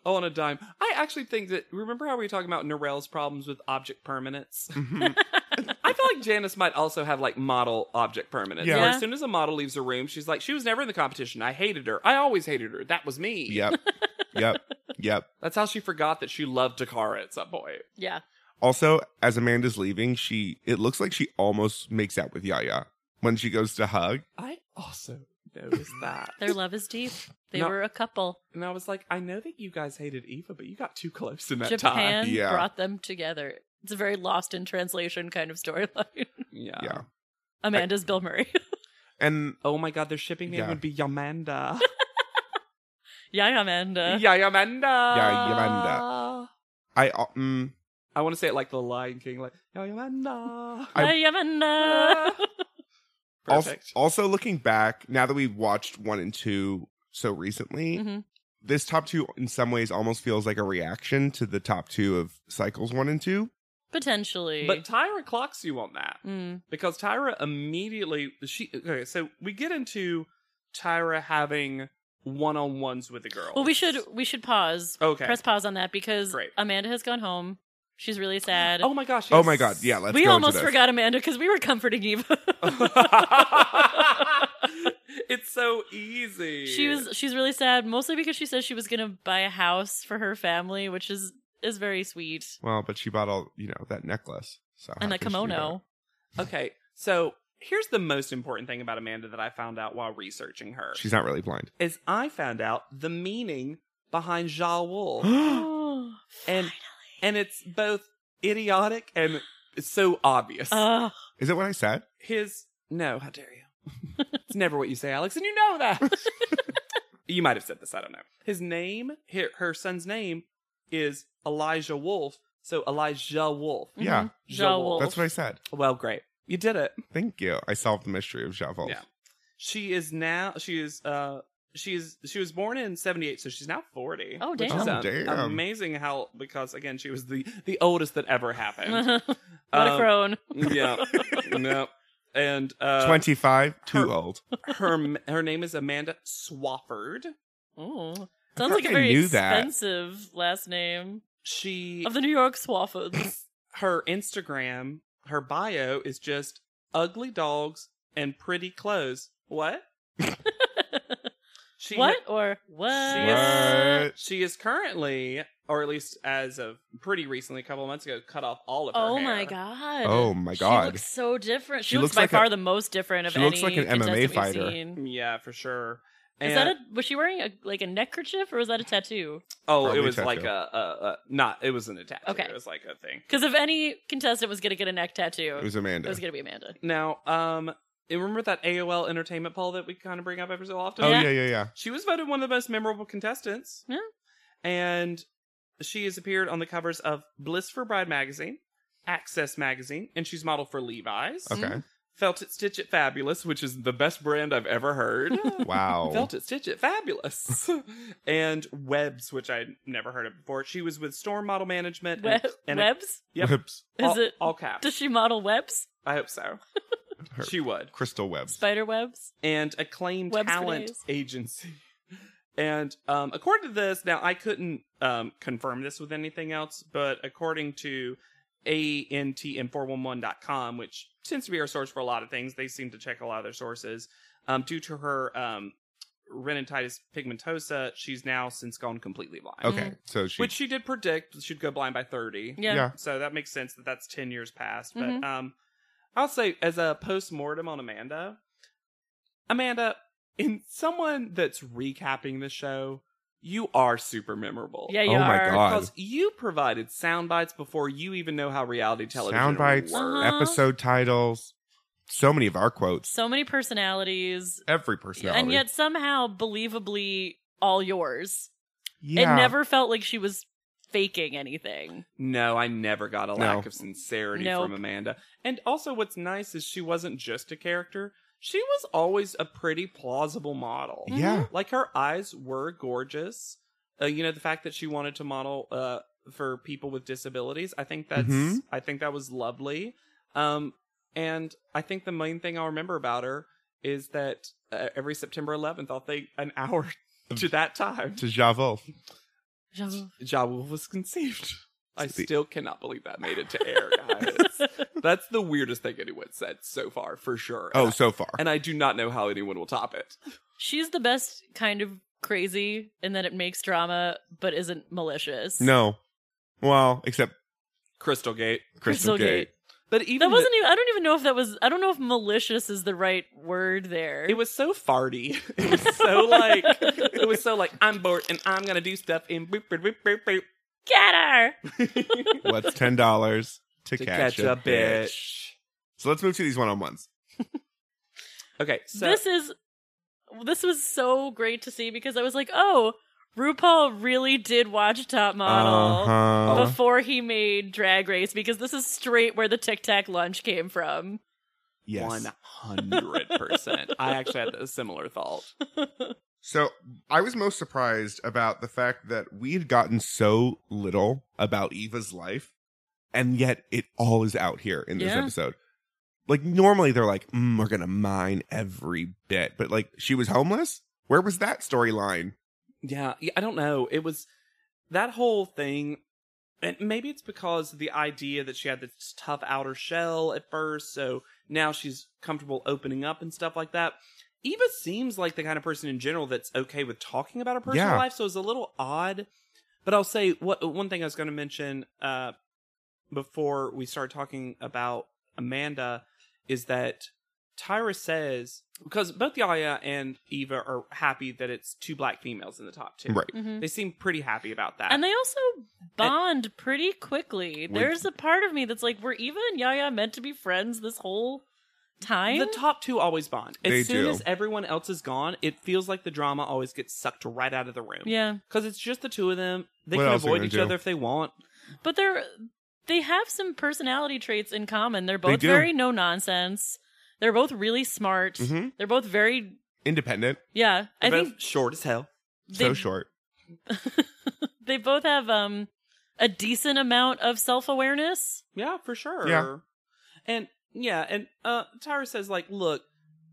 B: Oh, on a dime. I actually think that remember how we were talking about Norel's problems with object permanence? (laughs)
A: Mhm.
B: I feel like Janice might also have like model object permanence.
A: Yeah.
B: Where
C: Yeah.
B: as soon as a model leaves a room, she's like, She was never in the competition. I hated her. I always hated her. That was me.
A: yep. Yep. Yep.
B: That's how she forgot that she loved Takara at some point.
C: yeah,
A: Also, as Amanda's leaving, she it looks like she almost makes out with Yaya when she goes to hug.
B: I also
A: (laughs)
B: noticed that.
C: their love is deep. They
B: No.
C: were a couple.
B: and I was like, I know that you guys hated Eva, but you got too close in that time. (laughs)
C: Japan
A: Yeah.
C: brought them together. It's a very lost in translation kind of storyline. (laughs)
B: Yeah.
A: Yeah.
C: Amanda's Bill Murray. (laughs)
A: And
B: Oh my god, their shipping name
A: Yeah.
B: would be Yamanda.
C: yeah, Amanda.
B: yeah, Yamanda.
A: Yamanda. I uh, mm,
B: I want to say it like the Lion King, like Yamanda.
A: I-
C: Hi, Amanda.
A: (laughs) also,
B: Perfect.
A: also looking back, now that we've watched one and two so recently,
C: Mhm.
A: this top two in some ways almost feels like a reaction to the top two of cycles one and two.
C: Potentially.
B: But Tyra clocks you on that
C: Mm.
B: because Tyra immediately she okay. So we get into Tyra having one on ones with the girl.
C: Well, we should we should pause.
B: okay.
C: Press pause on that because
B: Great.
C: Amanda has gone home. She's really sad.
B: oh my gosh!
A: Oh
B: yes.
A: my god, (laughs) yeah, let's
C: we
A: go into
C: almost
A: this.
C: forgot Amanda because we were comforting Eva.
B: (laughs) (laughs) it's so easy.
C: she was she's really sad mostly because she says she was gonna buy a house for her family, which is is very sweet.
A: Well, but she bought all you know that necklace so
C: and
A: how
C: a
A: could she do
C: kimono.
B: okay. So here's the most important thing about Amanda that I found out while researching her
A: that? She's not really blind.
B: is I found out the meaning behind
A: (gasps)
B: Ja (gasps)
C: (gasps)
B: Wool,
A: I
B: and and it's both idiotic and it's so obvious.
C: Ugh.
A: Is it what I said?
B: His no, how dare you? it's never what you say, Alex, and you know
C: (laughs)
B: that. you might have said this. I don't know. His name, her, her son's name, is Elijah Wolf. So Elijah Wolf.
C: Mm-hmm.
A: Yeah,
C: Ja Wolf.
A: that's what I said.
B: Well, great. You did it.
A: Thank you. I solved the mystery of Javel.
B: Yeah. She is now. She is. Uh. She is. She was born in seventy eight, so she's now forty.
C: Oh,
B: which
C: damn.
B: is,
A: Oh,
B: um,
A: damn.
B: Amazing how because again she was the the oldest that ever
C: (laughs)
B: happened.
C: (laughs) what a
B: Um,
C: crone.
A: (laughs)
B: yeah. no. And uh,
A: Twenty five, too
B: her-
A: old.
B: her her name is Amanda Swafford.
C: Ooh.
A: thought
C: Sounds like
A: I
C: a very
A: knew that.
C: expensive last name
B: She
C: of the New York Swaffords.
B: (laughs) her Instagram, her bio is just ugly dogs and pretty clothes.
C: (laughs)
B: What? she
C: what or what?
B: Yes. She is currently, or at least as of pretty recently, a couple of months ago, cut off all of her
C: Oh
B: hair.
C: my god!
A: Oh my
C: She
A: god.
C: looks so different. She,
A: She
C: looks,
A: looks
C: by
A: like
C: far
A: a-
C: the most different of
A: she looks like
C: any
A: an MMA
C: contestant we've
A: fighter.
C: seen.
B: Yeah, for sure.
C: Is that a? Was she wearing a like a neckerchief or was that a tattoo?
B: Oh,
A: Probably
B: it was
A: tattoo.
B: like a, a, a not. It wasn't a tattoo.
C: Okay.
B: It was like a thing.
C: Because if any contestant was gonna get a neck tattoo,
A: It was Amanda.
C: gonna be Amanda.
B: Now, um, you remember that AOL entertainment poll that we kind of bring up every so often?
A: oh
C: Yeah.
A: yeah, yeah, yeah.
B: She was voted one of the most memorable contestants.
C: Yeah.
B: And she has appeared on the covers of Bliss for Bride magazine, Access magazine, and she's modeled for Levi's.
A: Okay.
C: Mm-hmm. (laughs)
B: Felt it Stitch It Fabulous, which is the best brand I've ever
C: (laughs)
B: heard.
C: Oh.
A: Wow.
B: Felt it Stitch It Fabulous. (laughs) and Webs, which I never heard of before. She was with Storm Model Management.
C: Web,
B: and, and
C: webs?
B: Yep.
A: Webs.
B: all,
C: Is it-
B: all caps?
C: Does she model webs?
B: I hope
C: (laughs)
B: so.
A: Her-
B: She would.
A: crystal webs.
C: Spider webs?
B: and acclaimed
C: Webs for
B: talent
C: days.
B: agency. (laughs) And um, according to this, now I couldn't um, confirm this with anything else, but according to antm411.com, which tends to be our source for a lot of things, they seem to check a lot of their sources. Um, due to her um, retinitis pigmentosa, she's now since gone completely blind,
A: Okay, so she.
B: which she did predict she'd go blind by thirty.
C: mm-hmm. Yeah.
A: Yeah.
B: So that makes sense that that's 10 years past. But
C: Mhm.
B: um, I'll say, as a post mortem on Amanda, Amanda, in someone that's recapping the show, you are super memorable.
C: Yeah,
A: oh
C: you
A: my
C: are.
A: god!
B: Because you provided sound bites before you even know how reality television
A: Sound bites,
B: works.
C: Uh-huh.
A: episode titles, so many of our quotes,
C: So many personalities,
A: every personality.
C: and yet somehow believably all yours.
A: yeah,
C: It never felt like she was faking anything.
B: No, I never got a
A: No.
B: lack of sincerity
C: Nope.
B: from Amanda. And also, what's nice is she wasn't just a character, she was always a pretty plausible model.
A: yeah,
B: Like, her eyes were gorgeous. Uh, you know, the fact that she wanted to model uh, for people with disabilities, I think that's,
A: Mhm.
B: I think that was lovely. Um, and I think the main thing I'll remember about her is that uh, every September 11th, I'll think an (laughs) hour to that time.
A: to Javel.
B: Ja Rule was conceived. I
A: Spe-
B: still cannot believe that made it to air,
A: (laughs)
B: guys. That's the weirdest thing anyone said so far, for sure.
A: Oh,
B: and I,
A: so far.
B: and I do not know how anyone will top it.
C: She's the best kind of crazy in that it makes drama but isn't malicious.
A: no, well, except
B: Crystal Gate,
A: Crystal,
C: Crystal
A: Gate.
C: Gate.
B: but even
C: That
B: the-
C: wasn't even I don't even know if that was I don't know if malicious is the right word there.
B: it was so farty. (laughs) It was so like it was so like I'm bored and I'm gonna do stuff in boop boop boop boop boop
C: Get her.
A: What's ten dollars to,
B: to
A: catch, a, bitch? So let's move to these one on ones.
B: Okay, so
C: this is this was so great to see because I was like, oh, RuPaul really did watch Top Model
A: Uh-huh.
C: before he made Drag Race because this is straight where the Tic Tac lunch came from.
A: Yes.
B: one hundred percent. I actually had a similar thought.
A: So I was most surprised about the fact that we had gotten so little about Eva's life, and yet it all is out here in this
C: Yeah.
A: episode. Like normally they're like, mm, we're gonna mine every bit, but like she was homeless. Where was that storyline?
B: Yeah, yeah, I don't know. It was that whole thing, and maybe it's because the idea that she had this tough outer shell at first, so now she's comfortable opening up and stuff like that. Eva seems like the kind of person in general that's okay with talking about her personal
A: Yeah.
B: life, so it's a little odd. But I'll say what one thing I was going to mention uh, before we start talking about Amanda is that Tyra says because both Yaya and Eva are happy that it's two black females in the top two.
A: Right.
C: Mhm.
B: They seem pretty happy about that.
C: And they also bond pretty quickly. There's a part of me that's like, were Eva and Yaya meant to be friends this whole time?
B: the top two always bond. As
A: They
B: soon
A: do.
B: as everyone else is gone, it feels like the drama always gets sucked right out of the room.
C: yeah,
B: Because it's just the two of them. They
A: What
B: can
A: else are they
B: avoid
A: gonna
B: each
A: do?
B: other if they want.
C: but they're they have some personality traits in common. They're both
A: do.
C: very no nonsense. They're both really smart.
A: Mhm.
C: They're both very
A: Independent,
C: yeah. I
B: They're
C: think
B: both short as hell.
C: they
A: so short.
C: (laughs) they both have um a decent amount of self awareness.
B: Yeah, for sure.
A: Yeah.
B: And yeah, and uh Tyra says, like, look,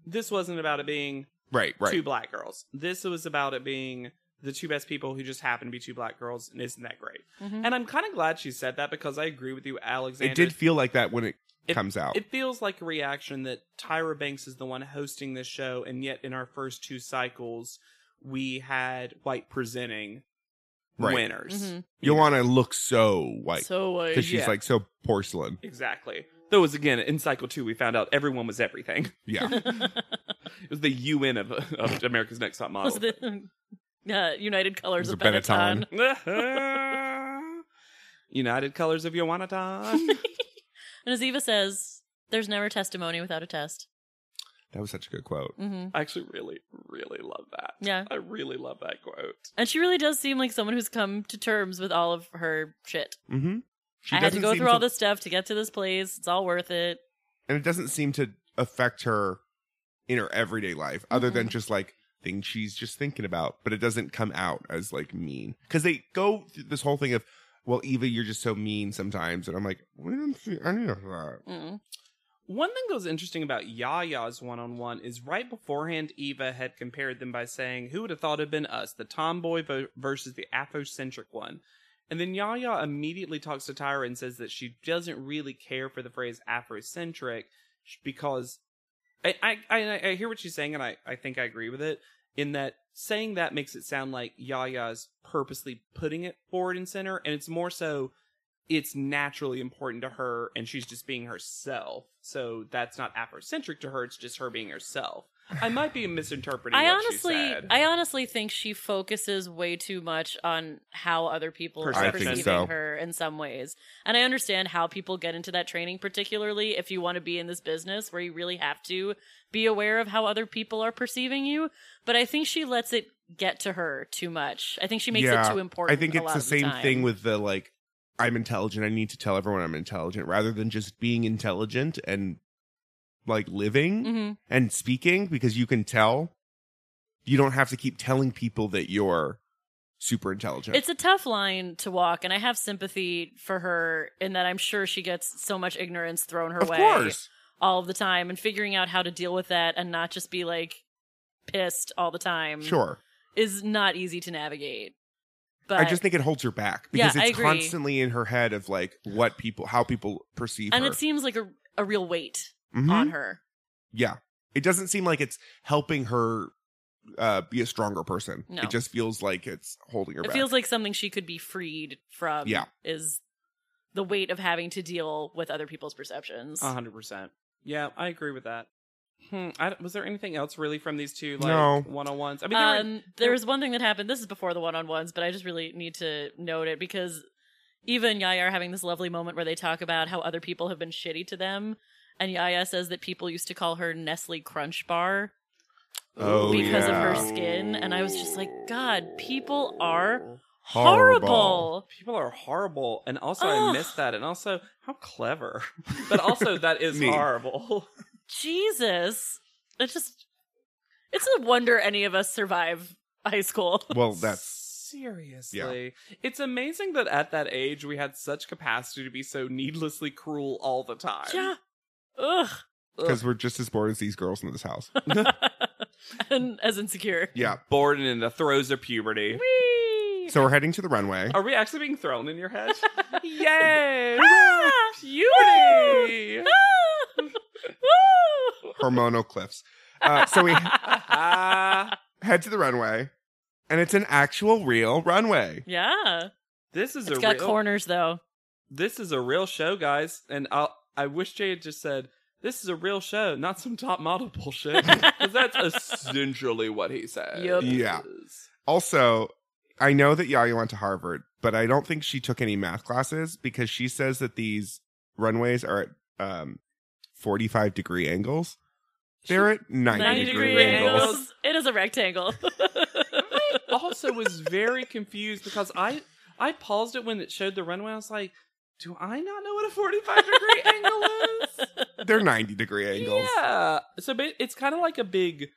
B: this wasn't about it being
A: Right, right.
B: two black girls. This was about it being the two best people who just happen to be two black girls, and isn't that great?
A: Mm-hmm.
B: And I'm kind of glad she said that because I agree with you, Alexander.
A: It did feel like that when it,
B: It-
A: comes out.
B: It feels like a reaction that Tyra Banks is the one hosting this show, and yet in our first two cycles, we had white presenting
A: Right.
B: winners.
C: Mhm.
A: Joanna looks so white
C: so uh,
A: because she's
B: yeah.
A: like so
C: (laughs)
A: porcelain.
B: Exactly. Though, as again, in cycle two, we found out everyone was everything. (laughs)
A: Yeah,
C: (laughs)
B: It was the UN of,
A: (laughs)
B: of America's Next Top Model.
C: was the (laughs) uh, United Colors
A: It
C: of
A: was a Benetton.
C: Benetton.
B: (laughs) United Colors of Yowanatan.
C: And as Eva says, there's never testimony without a test.
A: that was such a good quote.
C: hmm
B: I actually really, really love that.
C: Yeah.
B: I really love that quote.
C: And she really does seem like someone who's come to terms with all of her shit.
A: Mm-hmm.
C: I had to go through all this stuff to get to this place. It's all worth it.
A: and it doesn't seem to affect her in her everyday life other
C: Mm-hmm.
A: than just like things she's just thinking about but it doesn't come out as like mean because they go through this whole thing of well eva you're just so mean sometimes and i'm like we don't see any of that
C: Mm.
B: One thing that was interesting about Yaya's one on one is right beforehand, Eva had compared them by saying, Who would have thought it'd been us, the tomboy vo- versus the Afrocentric one? And then Yaya immediately talks to Tyra and says that she doesn't really care for the phrase Afrocentric sh- because I, I, I, I hear what she's saying and I, I think I agree with it in that saying that makes it sound like Yaya's purposely putting it forward and center. And it's more so it's naturally important to her and she's just being herself. So that's not Afrocentric to her, it's just her being herself. I might be misinterpreting
C: I
B: what
C: honestly,
B: she said.
C: I honestly think she focuses way too much on how other people
B: Perception. I
C: are
B: think
C: perceiving
A: so.
C: her in some ways, and I understand how people get into that training, particularly if you want to be in this business where you really have to be aware of how other people are perceiving you. But I think she lets it get to her too much. I think she makes
A: Yeah,
C: it too important.
A: I think
C: a
A: it's
C: lot
A: the
C: of
A: same
C: time.
A: thing with the like I'm intelligent, I need to tell everyone I'm intelligent rather than just being intelligent and like living
C: Mhm.
A: and speaking because you can tell you don't have to keep telling people that you're super intelligent.
C: It's a tough line to walk, and I have sympathy for her in that I'm sure she gets so much ignorance thrown her
A: of
C: way.
A: course.
C: all of the time and figuring out how to deal with that and not just be like pissed all the time
A: Sure.
C: is not easy to navigate. But
A: I just think it holds her back
C: Yeah,
A: because
C: I
A: it's
C: agree.
A: constantly in her head of like what people how people perceive
C: and
A: her.
C: it seems like a a real weight
A: Mhm.
C: on her.
A: Yeah. It doesn't seem like it's helping her uh be a stronger person.
C: No.
A: It just feels like it's holding her
C: It
A: back.
C: feels like something she could be freed from
A: Yeah.
C: is the weight of having to deal with other people's perceptions.
A: Uh,
B: A hundred percent. Yeah, I agree with that. Hmm. I, was there anything else really from these two like
A: No.
B: one on ones? I mean, there were-
C: Um, there was one thing that happened. This is before the one on ones, but I just really need to note it because Eva and Yaya are having this lovely moment where they talk about how other people have been shitty to them. And Yaya says that people used to call her Nestle Crunch Bar
A: Oh,
C: because
A: yeah.
C: of her skin. And I was just like, God, people are
A: Horrible.
C: horrible.
B: people are horrible, and also I
C: Ugh.
B: miss that, and also how clever, (laughs) but also that is
A: Me.
B: horrible.
C: Jesus. It's just, it's a wonder any of us survive high school.
A: well, that's
B: seriously. It's amazing that at that age we had such capacity to be so needlessly cruel all the time.
C: yeah. (laughs) Ugh.
A: because we're just as bored as these girls in this
C: (laughs)
A: house.
C: and as insecure.
A: Yeah.
B: born in the throes of puberty.
C: Whee!
A: So we're heading to the
C: (laughs)
A: runway.
B: Are we actually being thrown in your head?
C: Yay! Ah!
B: Puberty.
C: (laughs)
A: (laughs) Hormonal cliffs. Uh, so
C: (laughs)
A: we
B: Ah,
A: head to the runway, and it's an actual real runway.
C: yeah.
B: (laughs) this is
C: It's
B: a
C: got
B: real.
C: corners though.
B: this is a real show, guys. And I I wish Jay had just said this is a real show, not some top model bullshit, because
C: (laughs)
B: that's essentially what he said.
C: Yup.
A: Yeah. Also, I know that Yaya went to Harvard, but I don't think she took any math classes because she says that these runways are at um, 45 degree angles. They're at 90,
C: 90
A: degree,
C: degree
A: angles.
C: angles. It is a rectangle.
B: Also, was very confused because I I paused it when it showed the runway. I was like, do I not know what a forty five degree angle is?
A: They're 90 degree
C: (laughs)
A: angles.
B: Yeah. So ba- it's kind of like a big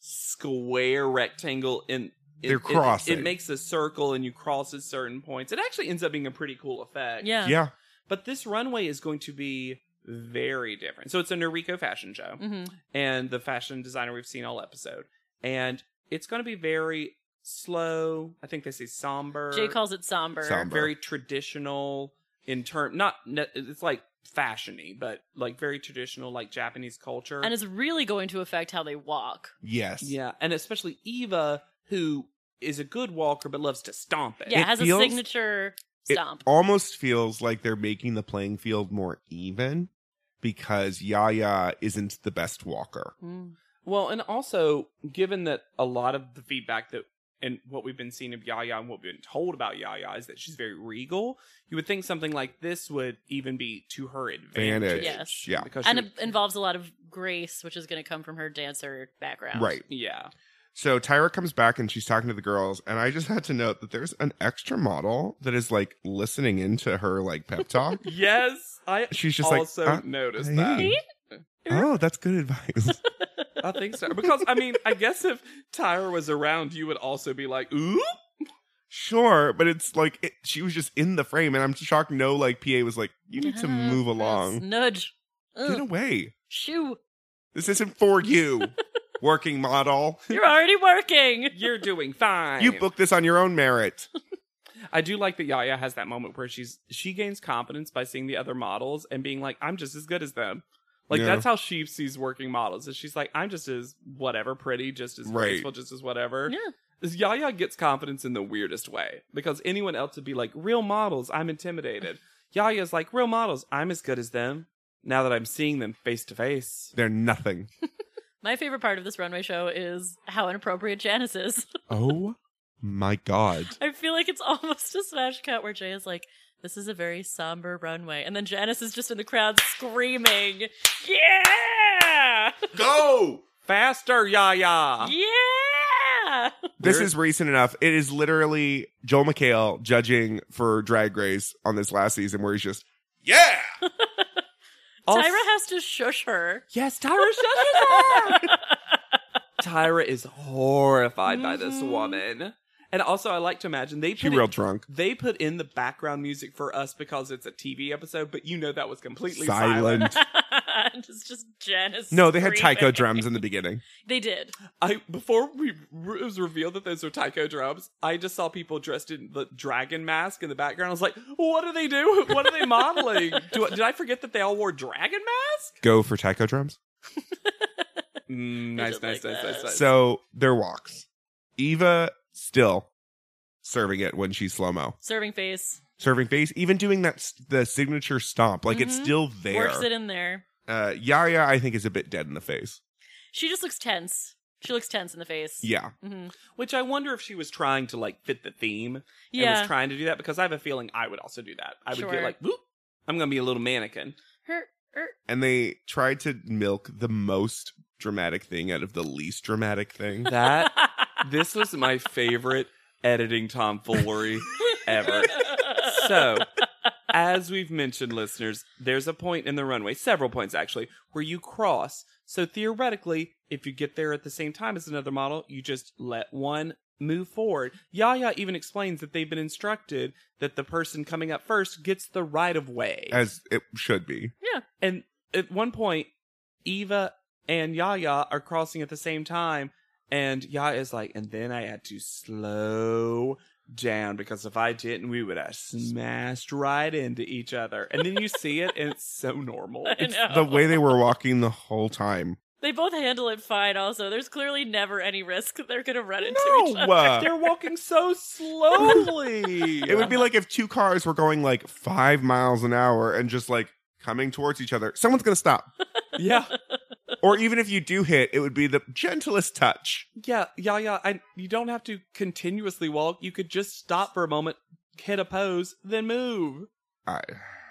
B: square rectangle in. it-
A: They're
B: it- It,
A: crossing.
B: makes a circle and you cross at certain points. It actually ends up being a pretty cool effect.
C: yeah.
A: Yeah.
B: But this runway is going to be very different. So it's a Noriko fashion show,
C: hmm
B: and the fashion designer we've seen all episode, and it's going to be very slow. I think they say somber.
C: Jay calls it somber.
A: Somber.
B: very traditional in term. Not ne- it's like fashiony, but like very traditional, like Japanese culture.
C: And it's really going to affect how they walk.
A: Yes.
B: yeah, and especially Eva, who is a good walker but loves to stomp it.
C: Yeah, it, has
A: feels-
C: a signature
A: It
C: stomp.
A: almost feels like they're making the playing field more even because Yaya isn't the best walker.
C: Mm.
B: Well, and also given that a lot of the feedback that and what we've been seeing of Yaya and what we've been told about Yaya is that she's very regal. You would think something like this would even be to her
A: Advantage.
B: advantage.
C: Yes.
A: Yeah.
B: Because
C: And
B: she-
C: it involves a lot of grace, which is going to come from her dancer background.
A: Right.
B: yeah.
A: So Tyra comes back and she's talking to the girls, and I just (laughs) had to note that there's an extra model that is like listening into her like pep
B: (laughs)
A: talk.
B: Yes, I
A: (laughs) She's just
B: also
A: like, uh,
B: noticed
A: hey. oh, that's good advice.
B: that. I think so. Because I mean, I guess if Tyra was around, you would also be like, "Ooh,
A: sure, but it's like it, she was just in the frame, and I'm shocked. No, like PA was like, you need to
C: Yeah,
A: move
C: yes.
A: along,
C: Nudge.
A: get
C: Ugh.
A: away. (laughs)
C: Shoo.
A: This isn't for you, working model.
C: You're already working.
B: you're doing fine."
A: You booked this on your own merit.
B: I do like that Yaya has that moment where she's she gains confidence by seeing the other models and being like, I'm just as good as them. Like
A: Yeah.
B: that's how she sees working models. Is she's like, I'm just as whatever pretty, just as
A: Right.
B: graceful, just as whatever.
C: Yeah.
B: Is
C: (laughs)
B: Yaya gets confidence in the weirdest way because anyone else would be like, real models, I'm intimidated. Yaya's like, real models, I'm as good as them now that I'm seeing them face to face.
A: They're nothing.
C: My favorite part of this runway show is how inappropriate Janice is.
A: Oh my god.
C: I feel like it's (laughs) almost a smash cut where Jay is like, this is a very somber runway. And then Janice is just in the crowd screaming, Yeah!
A: Go!
B: Faster, Yaya!
C: Yeah!
A: This
B: There-
A: is recent enough. It is literally Joel McHale judging for Drag Race on this last season where he's just, yeah!
B: Also-
C: Tyra has to shush her. (laughs)
B: Yes, Tyra shut his Tyra is horrified by this
C: Mhm.
B: woman. And also I like to imagine they
A: She
B: put
A: real
B: in,
A: drunk.
B: they put in the background music for us because it's a TV episode, but you know that was completely silent.
A: Silent.
C: (laughs) and it's just Janice.
A: No, they had
C: screaming.
A: taiko drums in the beginning.
C: They did.
B: I before we it was revealed that those were taiko drums, I just saw people dressed in the dragon mask in the background. I was like, "What do they do? (laughs) What are they modeling? do, did I forget that they all wore dragon mask?"
A: Go for taiko drums.
B: Mm, nice,
C: did
B: nice,
C: like
B: nice,
C: that.
B: nice, nice.
A: So their walks. Eva still serving it when she's slow mo.
C: Serving face.
A: Serving face, even doing that s- the signature stomp. Like it's
C: Mhm.
A: still there.
C: Works it in there.
A: uh, Yaya, I think, is a bit dead in the face.
C: She just looks tense. She looks tense in the face.
A: Yeah.
C: hmm
B: Which I wonder if she was trying to like fit the theme and
C: Yeah.
B: was trying to do that because I have a feeling I would also do that. I would
C: Sure.
B: get like, "Whoop, I'm gonna be a little mannequin."
C: her, er. her.
A: And they tried to milk the most dramatic thing out of the least dramatic
C: (laughs)
A: thing.
B: That (laughs) this was my favorite editing
C: (laughs)
B: tomfoolery ever. so, as we've mentioned, listeners, there's a point in the runway, several points actually, where you cross. So, theoretically, if you get there at the same time as another model, you just let one move forward. Yaya even explains that they've been instructed that the person coming up first gets the right of way.
A: As it should be.
B: And at one point, Eva and Yaya are crossing at the same time, and Yaya is like, and then I had to slow down because if I didn't, we would have smashed right into each other. And then you see it, and it's so normal.
C: (laughs) I
B: It's-
C: know.
A: The way they were walking the whole
C: (laughs)
A: time.
C: They both handle it fine. Also, there's clearly never any risk that they're gonna run into each
A: No,
C: other. (laughs)
A: uh,
B: They're walking so
A: (laughs)
B: slowly.
A: it would be like if two cars were going like five miles an hour and just like coming towards each other. Someone's gonna stop.
C: (laughs)
B: yeah,
A: or even if you do hit, it would be the gentlest touch.
B: yeah, Yaya. I, you don't have to continuously walk. You could just stop for a moment, hit a pose, then move.
A: I,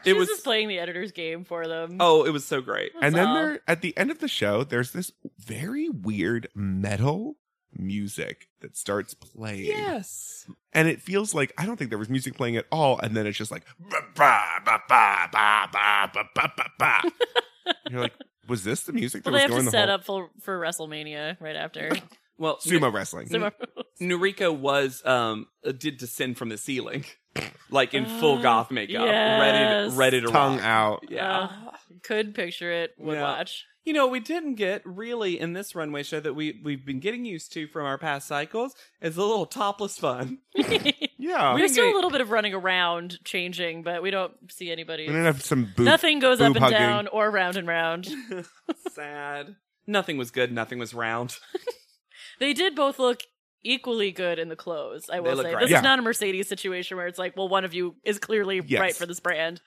C: She
B: it was
C: just playing the editor's game for them.
B: oh, it was so great.
C: That's
A: and then
C: all.
A: there, at the end of the show, there's this very weird metal music that starts playing.
B: Yes.
A: And it feels like I don't think there was music playing at all. And then it's just like ba ba ba ba ba ba ba ba ba
C: (laughs)
A: ba. And You're like, was this the music that
C: Well,
A: was
C: they have
A: going
C: to
A: the
C: set
A: whole
C: up for, for WrestleMania
A: (laughs)
C: right after.
B: Well,
A: sumo wrestling?
C: (laughs)
B: (laughs)
C: So-
B: Noriko was um uh, did descend from the ceiling, like in full
C: Ah,
B: goth makeup, ready
C: yes.
B: to, ready to
A: Tongue
B: rock.
A: out.
C: (laughs)
B: Yeah,
C: Ah. could picture it. Would
B: Yeah.
C: watch.
B: you know we didn't get really in this runway show that we we've been getting used to from our past cycles is a little topless
C: (laughs)
B: fun.
A: Yeah.
B: We-
A: We
C: There's still
B: get-
C: a little bit of running around, changing, but we don't see anybody.
A: didn't have some Mm, boob.
C: Nothing goes up
A: boob
C: and
A: hugging.
C: down or round and round.
B: Sad. Nothing was good. Nothing was round.
C: They did both look equally good in the clothes. I
B: They
C: will
B: look
C: say
B: great.
C: this
A: Yeah.
C: is not a Mercedes situation where it's like, well, one of you is clearly
A: Yes.
C: right for this brand.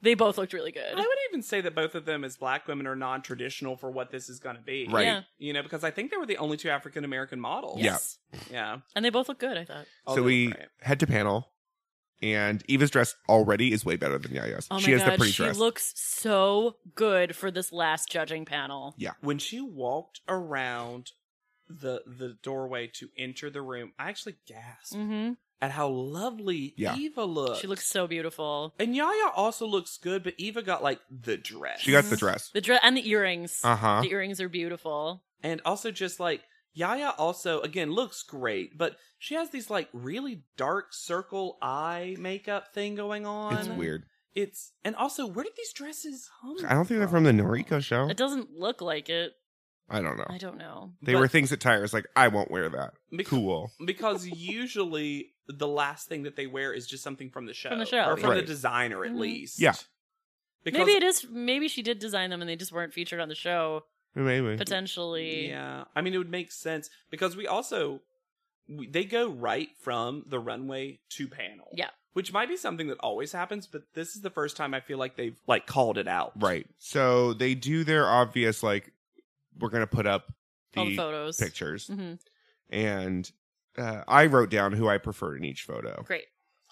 C: They both looked really good.
B: I would even say that both of them as black women are non-traditional for what this is going to be.
A: Right.
C: Yeah.
B: You know, because I think they were the only two African American models.
A: Yeah.
C: Yes.
B: Yeah.
C: And they both look good. I thought.
B: Oh, they
A: so
B: were
A: we
B: great.
A: head to panel, and Eva's dress already is way better than Yaya's.
C: Oh my
A: she has
C: god,
A: the pretty
C: she
A: dress.
C: looks so good for this last judging panel.
B: when she walked around the the doorway to enter the room, I actually gasped
C: hmm
B: at how lovely
A: Yeah.
B: Eva looked.
C: She looks so beautiful.
B: and Yaya also looks good, but Eva got like the dress.
A: she got the dress.
C: The dress and the earrings.
A: Uh huh.
C: The earrings are beautiful.
B: and also just like Yaya also again looks great, but she has these like really dark circle eye makeup thing going on.
A: It's weird.
B: It's and also where did these dresses come?
A: I don't think they're from the Noriko show.
C: It doesn't look like it.
A: I don't know.
C: I don't know.
A: They
B: But-
A: were things that Tyra's like, I won't wear that.
B: Bec-
A: Cool.
B: because usually the last thing that they wear is just something from the show,
C: From the show,
B: or from the
A: Right.
B: designer at
C: Mhm.
B: least.
A: Yeah.
B: because
C: maybe it is. Maybe she did design them and they just weren't featured on the show.
A: Maybe.
C: Potentially.
B: yeah, I mean it would make sense because we also we, they go right from the runway to panel.
C: Yeah.
B: which might be something that always happens, but this is the first time I feel like they've like called it out.
A: Right. So they do their obvious like we're gonna put up
C: All the
A: the
C: photos.
A: pictures,
C: hmm
A: and uh, I wrote down who I preferred in each photo. (laughs)
C: Great.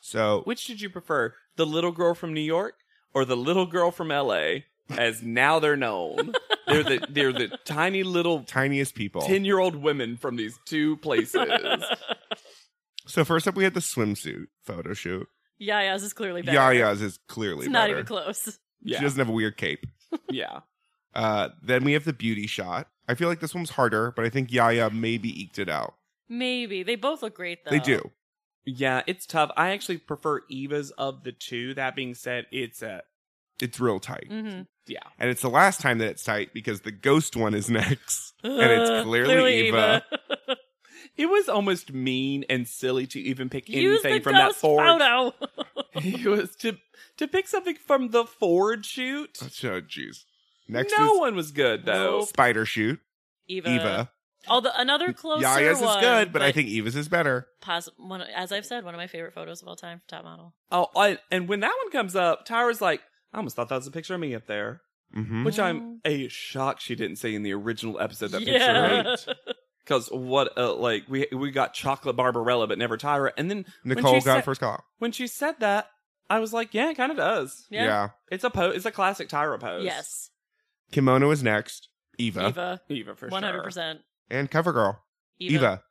A: So
B: Which did you prefer, the little girl from New York or the little girl from L.A. As now they're
C: (laughs)
B: known, they're the they're the tiny little
A: tiniest people.
B: ten year old women from these two places. (laughs)
C: (laughs)
A: so first up, we had the swimsuit photo shoot.
C: Yaya's is clearly better.
A: Yaya's is clearly
C: It's not
A: better.
C: even close.
A: She
B: Yeah,
A: doesn't have a weird cape.
B: yeah.
A: Uh, then we have the beauty shot. I feel like this one's harder, but I think Yaya maybe eked it out.
C: Maybe they both look great though.
A: They do.
B: Yeah, it's tough. I actually prefer Eva's of the two. That being said, it's a
A: It's real tight.
C: Mm-hmm.
B: yeah.
A: And it's the last time that it's tight because the ghost one is (laughs) next. And it's
C: (laughs)
A: clearly Eva.
B: It was almost mean and silly to even pick
C: Use the
B: anything from that
C: ghost
B: Ford.
C: photo. (laughs)
B: (laughs) it was to to pick something from the Ford shoot.
A: Oh, jeez. Next
B: no
A: is
B: one was good though.
A: Oh, Spider Shoot.
C: Eva.
A: Eva.
C: Although another closer
A: Yaya's is
C: one,
A: good, but I think Eva's is better.
C: pos- one, as I've said, one of my favorite photos of all time for top model.
B: Oh, I, and when that one comes up, Tyra's like, "I almost thought that was a picture of me up there,"
A: Mm-hmm.
B: which I'm a shock she didn't say in the original episode that
C: Mm. Yeah.
B: picture. Because what, uh, like we we got chocolate Barbarella, but never Tyra. And then
A: Nicole
B: when
A: got
B: she said,
A: first call.
B: when she said that, I was like, "Yeah, it kind of does."
A: Yeah.
C: Yeah.
B: It's a pose. It's a classic Tyra pose.
C: Yes,
A: Kimono is next. Eva.
C: Eva,
B: Eva for
C: one hundred
B: sure.
C: percent.
A: And Covergirl. Eva.
C: Eva.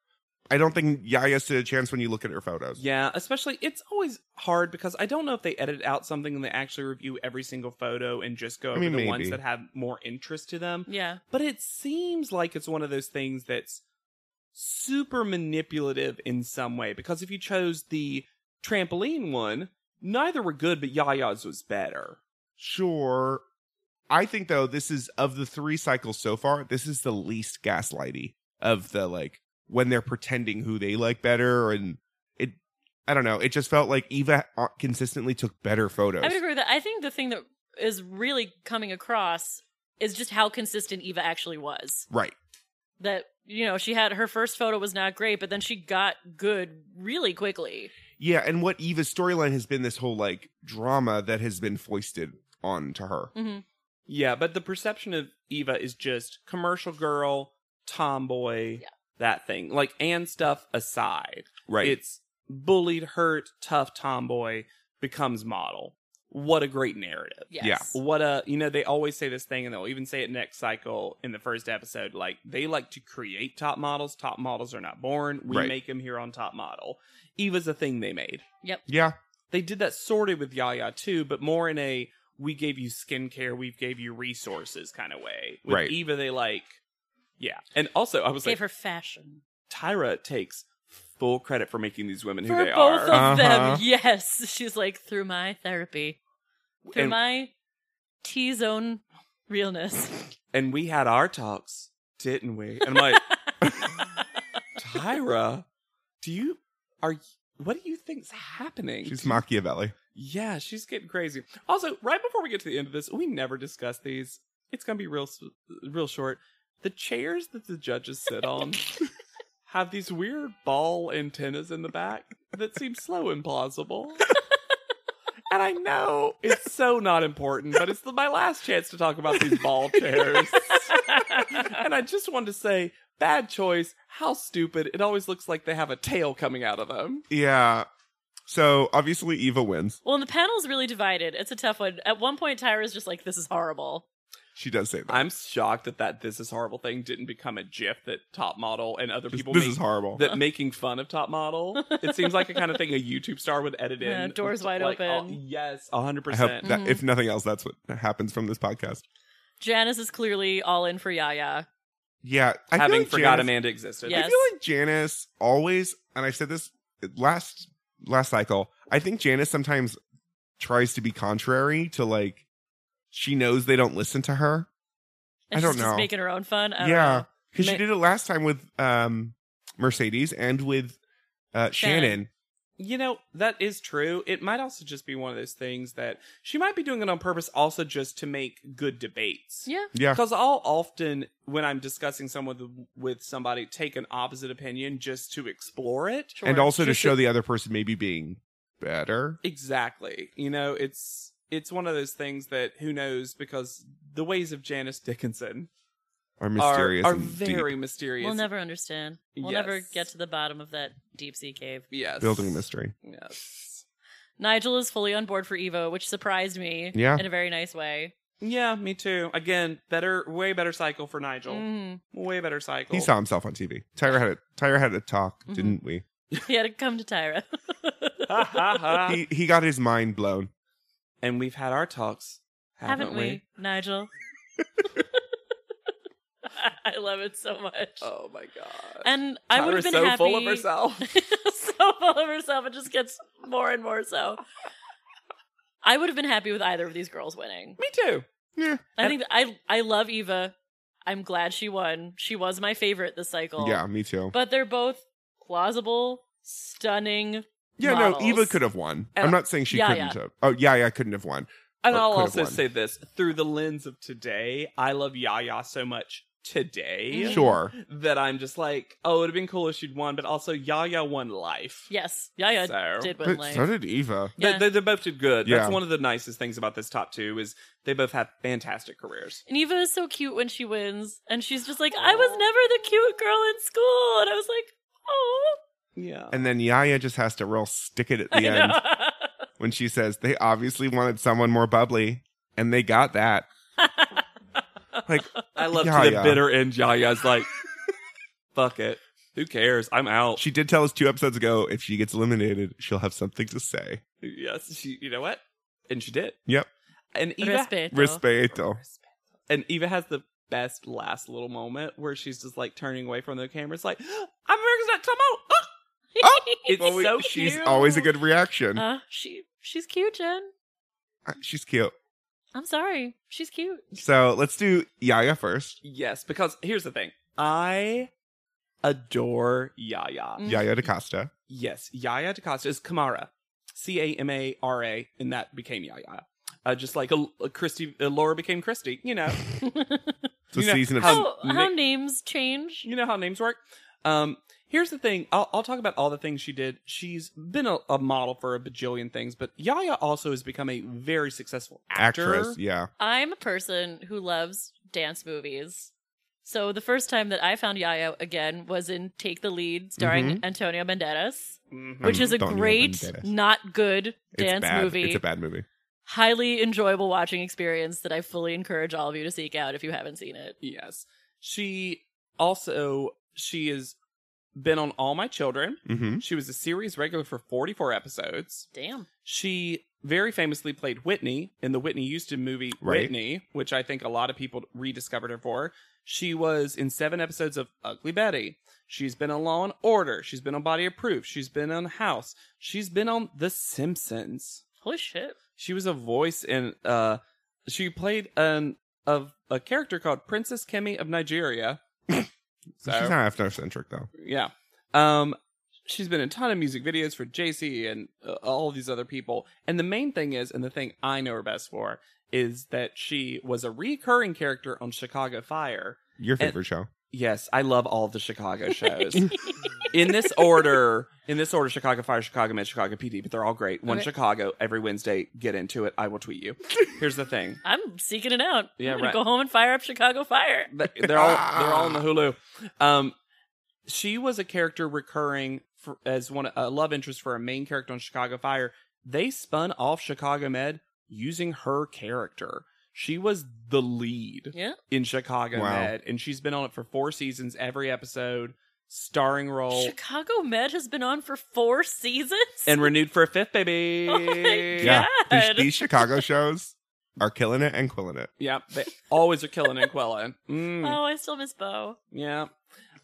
A: I don't think Yaya stood a chance when you look at her photos.
B: Yeah, especially it's always hard because I don't know if they edit out something and they actually review every single photo and just
A: I
B: go over
A: mean,
B: the
A: maybe.
B: ones that have more interest to them.
C: Yeah,
B: But it seems like it's one of those things that's super manipulative in some way because if you chose the trampoline one, neither were good, but Yaya's was better.
A: Sure. I think though this is of the three cycles so far, this is the least gaslighty of the like when they're pretending who they like better and it I don't know, it just felt like Eva uh, consistently took better photos.
C: I would agree with that. I think the thing that is really coming across is just how consistent Eva actually was.
A: Right.
C: That you know, she had her first photo was not great, but then she got good really quickly.
A: Yeah, and what Eva's storyline has been this whole like drama that has been foisted onto her.
C: hmm
B: Yeah, but the perception of Eva is just commercial girl, tomboy,
C: Yeah.
B: that thing. Like, and stuff aside.
A: Right.
B: It's bullied, hurt, tough tomboy becomes model. What a great narrative.
C: Yes.
B: What a, you know, they always say this thing and they'll even say it next cycle in the first episode. Like, they like to create top models. Top models are not born. We
A: Right.
B: make them here on Top Model. Eva's a thing they made.
A: yeah.
B: They did that sort of with Yaya too, but more in a we gave you skincare, we gave you resources kind of way. With
A: Right.
B: Eva, they like, yeah. And also, I was
C: Gave
B: like,
C: her fashion
B: Tyra takes full credit for making these women who
C: for
B: they
C: both
B: are.
C: of them.
A: Uh-huh.
C: Yes, (laughs) she's like through my therapy, through
B: And-
C: my T zone realness. (laughs)
B: and we had our talks, didn't we? And I'm like, Tyra, do you are you, what do you think's happening?
A: She's Machiavelli.
B: yeah, she's getting crazy. Also, right before we get to the end of this, we never discuss these. It's gonna be real, s- real short. The chairs that the judges sit on have these weird ball antennas in the back that seem slow and plausible. And I know it's so not important, but it's the, my last chance to talk about these ball chairs. and I just wanted to say, bad choice. How stupid! It always looks like they have a tail coming out of them.
A: Yeah. So obviously Eva wins.
C: Well, and the panel's really divided. It's a tough one. At one point, Tyra's just like, "This is horrible."
A: She does say that.
B: I'm shocked that that this is horrible thing didn't become a GIF that Top Model and other
A: This,
B: people
A: this
B: make,
A: is horrible.
B: that making fun of Top Model. It seems like a kind of thing a YouTube star would edit in.
C: Yeah, doors wide
B: Like, oh,
C: open.
B: yes, hundred
A: I hope
B: percent.
A: that, if nothing else, that's what happens from this podcast.
C: Janice is clearly all in for Yaya.
A: Yeah, I feel
B: Having
A: like
B: forgot
A: Janice,
B: Amanda existed.
C: Yes.
A: I feel like Janice always, and I said this last last cycle. I think Janice sometimes tries to be contrary to like she knows they don't listen to her.
C: And
A: I don't
C: she's just
A: know.
C: making her own fun. I don't
A: yeah, because
C: Ma-
A: she did it last time with um Mercedes and with uh Shannon.
B: You know, that is true. It might also just be one of those things that she might be doing it on purpose also just to make good debates.
C: know.
A: Yeah,
B: Because I'll often, when I'm discussing someone with, with somebody, take an opposite opinion just to explore it.
C: Yeah,
A: and also to
B: Just
A: show
B: to-
A: the other person maybe being better.
B: Exactly. You know, it's it's one of those things that who knows because the ways of Janice Dickinson
A: Are
B: are,
A: mysterious.
B: are
A: and
B: very
A: deep.
B: mysterious.
C: We'll never understand. We'll never
B: Yes.
C: get to the bottom of that deep sea cave.
B: yes.
A: building mystery.
B: Yes.
C: Nigel is fully on board for Evo, which surprised me
A: Yeah.
C: in a very nice way.
B: Yeah, me too. Again, better, way better cycle for Nigel.
C: Mhm.
B: Way better cycle.
A: He
B: (laughs)
A: saw himself on TV. Tyra had a Tyra had a talk,
C: Mhm.
A: didn't we?
C: He had to come
B: (laughs)
C: to Tyra. (laughs)
B: Ha, ha, ha.
A: He he got his mind blown.
B: and we've had our talks, haven't,
C: Haven't we, Nigel? I love it so much.
B: Oh my god!
C: And I would have been
B: so
C: happy.
B: full of herself.
C: (laughs) so full of herself, it just gets more and more so. I would have been happy with either of these girls winning.
B: me too.
A: Yeah,
C: I think I I love Eva. I'm glad she won. She was my favorite this cycle.
A: yeah, me too.
C: But they're both plausible, stunning.
A: yeah,
C: models.
A: no, Eva could have won.
B: And-
A: I'm not saying she
C: Yeah,
A: couldn't have. Oh, yeah, yeah, couldn't have won.
B: And
A: Or
B: I'll
A: could have
B: also
A: won.
B: say this through the lens of today. I love Yaya so much today
C: Mhm.
A: Mm-hmm. Sure,
B: that I'm just like, oh, it'd have been cool if she'd won, but also Yaya won life.
C: Yes, Yaya
B: So-
C: did win
A: but
C: late.
A: so did Eva.
B: They,
C: Yeah.
B: they, they both did good.
A: Yeah.
B: That's one of the nicest things about this top two is they both have fantastic careers.
C: And Eva is so cute when she wins, and she's just like, "I was never the cute girl in school," and I was like, "Oh."
B: Yeah.
A: And then Yaya just has to real stick it at the
C: (laughs) I
A: end
C: know.
A: when she says they obviously wanted someone more bubbly, and they got that. like
B: I love to the
A: Yaya.
B: bitter end. Yaya's like, (laughs) fuck it. Who cares? I'm out.
A: she did tell us two episodes ago, if she gets eliminated, she'll have something to say.
C: Oh.
B: yes, she. You know what? And she did.
A: Yep.
B: And Eva.
C: Respeto. (laughs)
A: Respeto.
B: And Eva has the best last little moment where she's just like turning away from the cameras, like, (gasps) I'm America's Next Top Model. Ah! It's
A: Oh, Well, we-
B: so
A: she's
B: cute.
A: always a good reaction.
C: Uh, she she's cute, Jen.
A: Uh, she's cute.
C: I'm sorry, she's cute.
A: So let's do Yaya first.
B: (gasps) Yes, because here's the thing. I adore Yaya.
C: Mm.
A: Yaya DaCosta.
B: Yes, Yaya DaCosta is Kamara, C A M A R A, and that became Yaya. Uh, just like a, a Christy, uh, Laura became Christy. You
C: (laughs)
B: know,
A: It's a
B: You know,
A: season of.
C: How
B: Um,
C: Oh, how
B: Nick-
C: names change?
B: you know how names work. Um, here's the thing. I'll, I'll talk about all the things she did. She's been a, a model for a bajillion things, but Yaya also has become a very successful actor.
A: Actress, yeah.
C: I'm a person who loves dance movies. So the first time that I found Yaya again was in Take the Lead, starring Antonio Banderas,
B: Mhm.
C: which is a
A: Mm-hmm. Um, Antonio
C: great,
A: Banderas.
C: not good
A: It's
C: dance
A: bad.
C: movie.
A: It's a bad movie.
C: Highly enjoyable watching experience that I fully encourage all of you to seek out if you haven't seen it.
B: Yes, she also she has been on All My Children.
A: hmm
B: She was a series regular for 44 episodes.
C: Damn.
B: She very famously played Whitney in the Whitney Houston movie
A: Right.
B: Whitney, which I think a lot of people rediscovered her for. She was in seven episodes of Ugly Betty. She's been on Law and Order. She's been on Body of Proof. She's been on House. She's been on The Simpsons.
C: Holy shit.
B: She was a voice in uh she played an of a character called Princess Kemi
A: (laughs)
B: of Nigeria. so
A: She's not ethnocentric though.
B: yeah. Um, she's been in a ton of music videos for JC and uh, all these other people. And the main thing is, and the thing I know her best for, is that she was a recurring character on Chicago Fire.
A: Your
B: And-
A: favorite show.
B: Yes, I love all the Chicago shows. in this order, in this order, Chicago Fire, Chicago Med, Chicago PD, but they're all great. One
C: Okay.
B: Chicago every Wednesday. Get into it. I will tweet you. Here's the thing.
C: I'm seeking it out. (laughs)
B: Yeah,
C: I'm gonna
B: right.
C: go home and fire up Chicago Fire.
B: But they're all they're all in
C: (laughs)
B: the Hulu. Um, she was a character recurring for, as one a love interest for a main character on Chicago Fire. They spun off Chicago Med using her character. She was the lead
C: Yeah.
B: in Chicago
A: Wow.
B: Med, and she's been on it for four seasons, every episode, starring role,
C: Chicago Med has been on for four seasons.
B: Oh. and renewed for a fifth, baby.
C: (laughs) Oh my
A: Yeah.
B: yeah,
A: These,
C: (laughs) God.
A: these Chicago shows are killing it and quilling it.
B: yeah, they always are killing and quelling.
C: (laughs)
B: Mm,
C: (laughs) oh, I still miss Bo.
B: Yeah,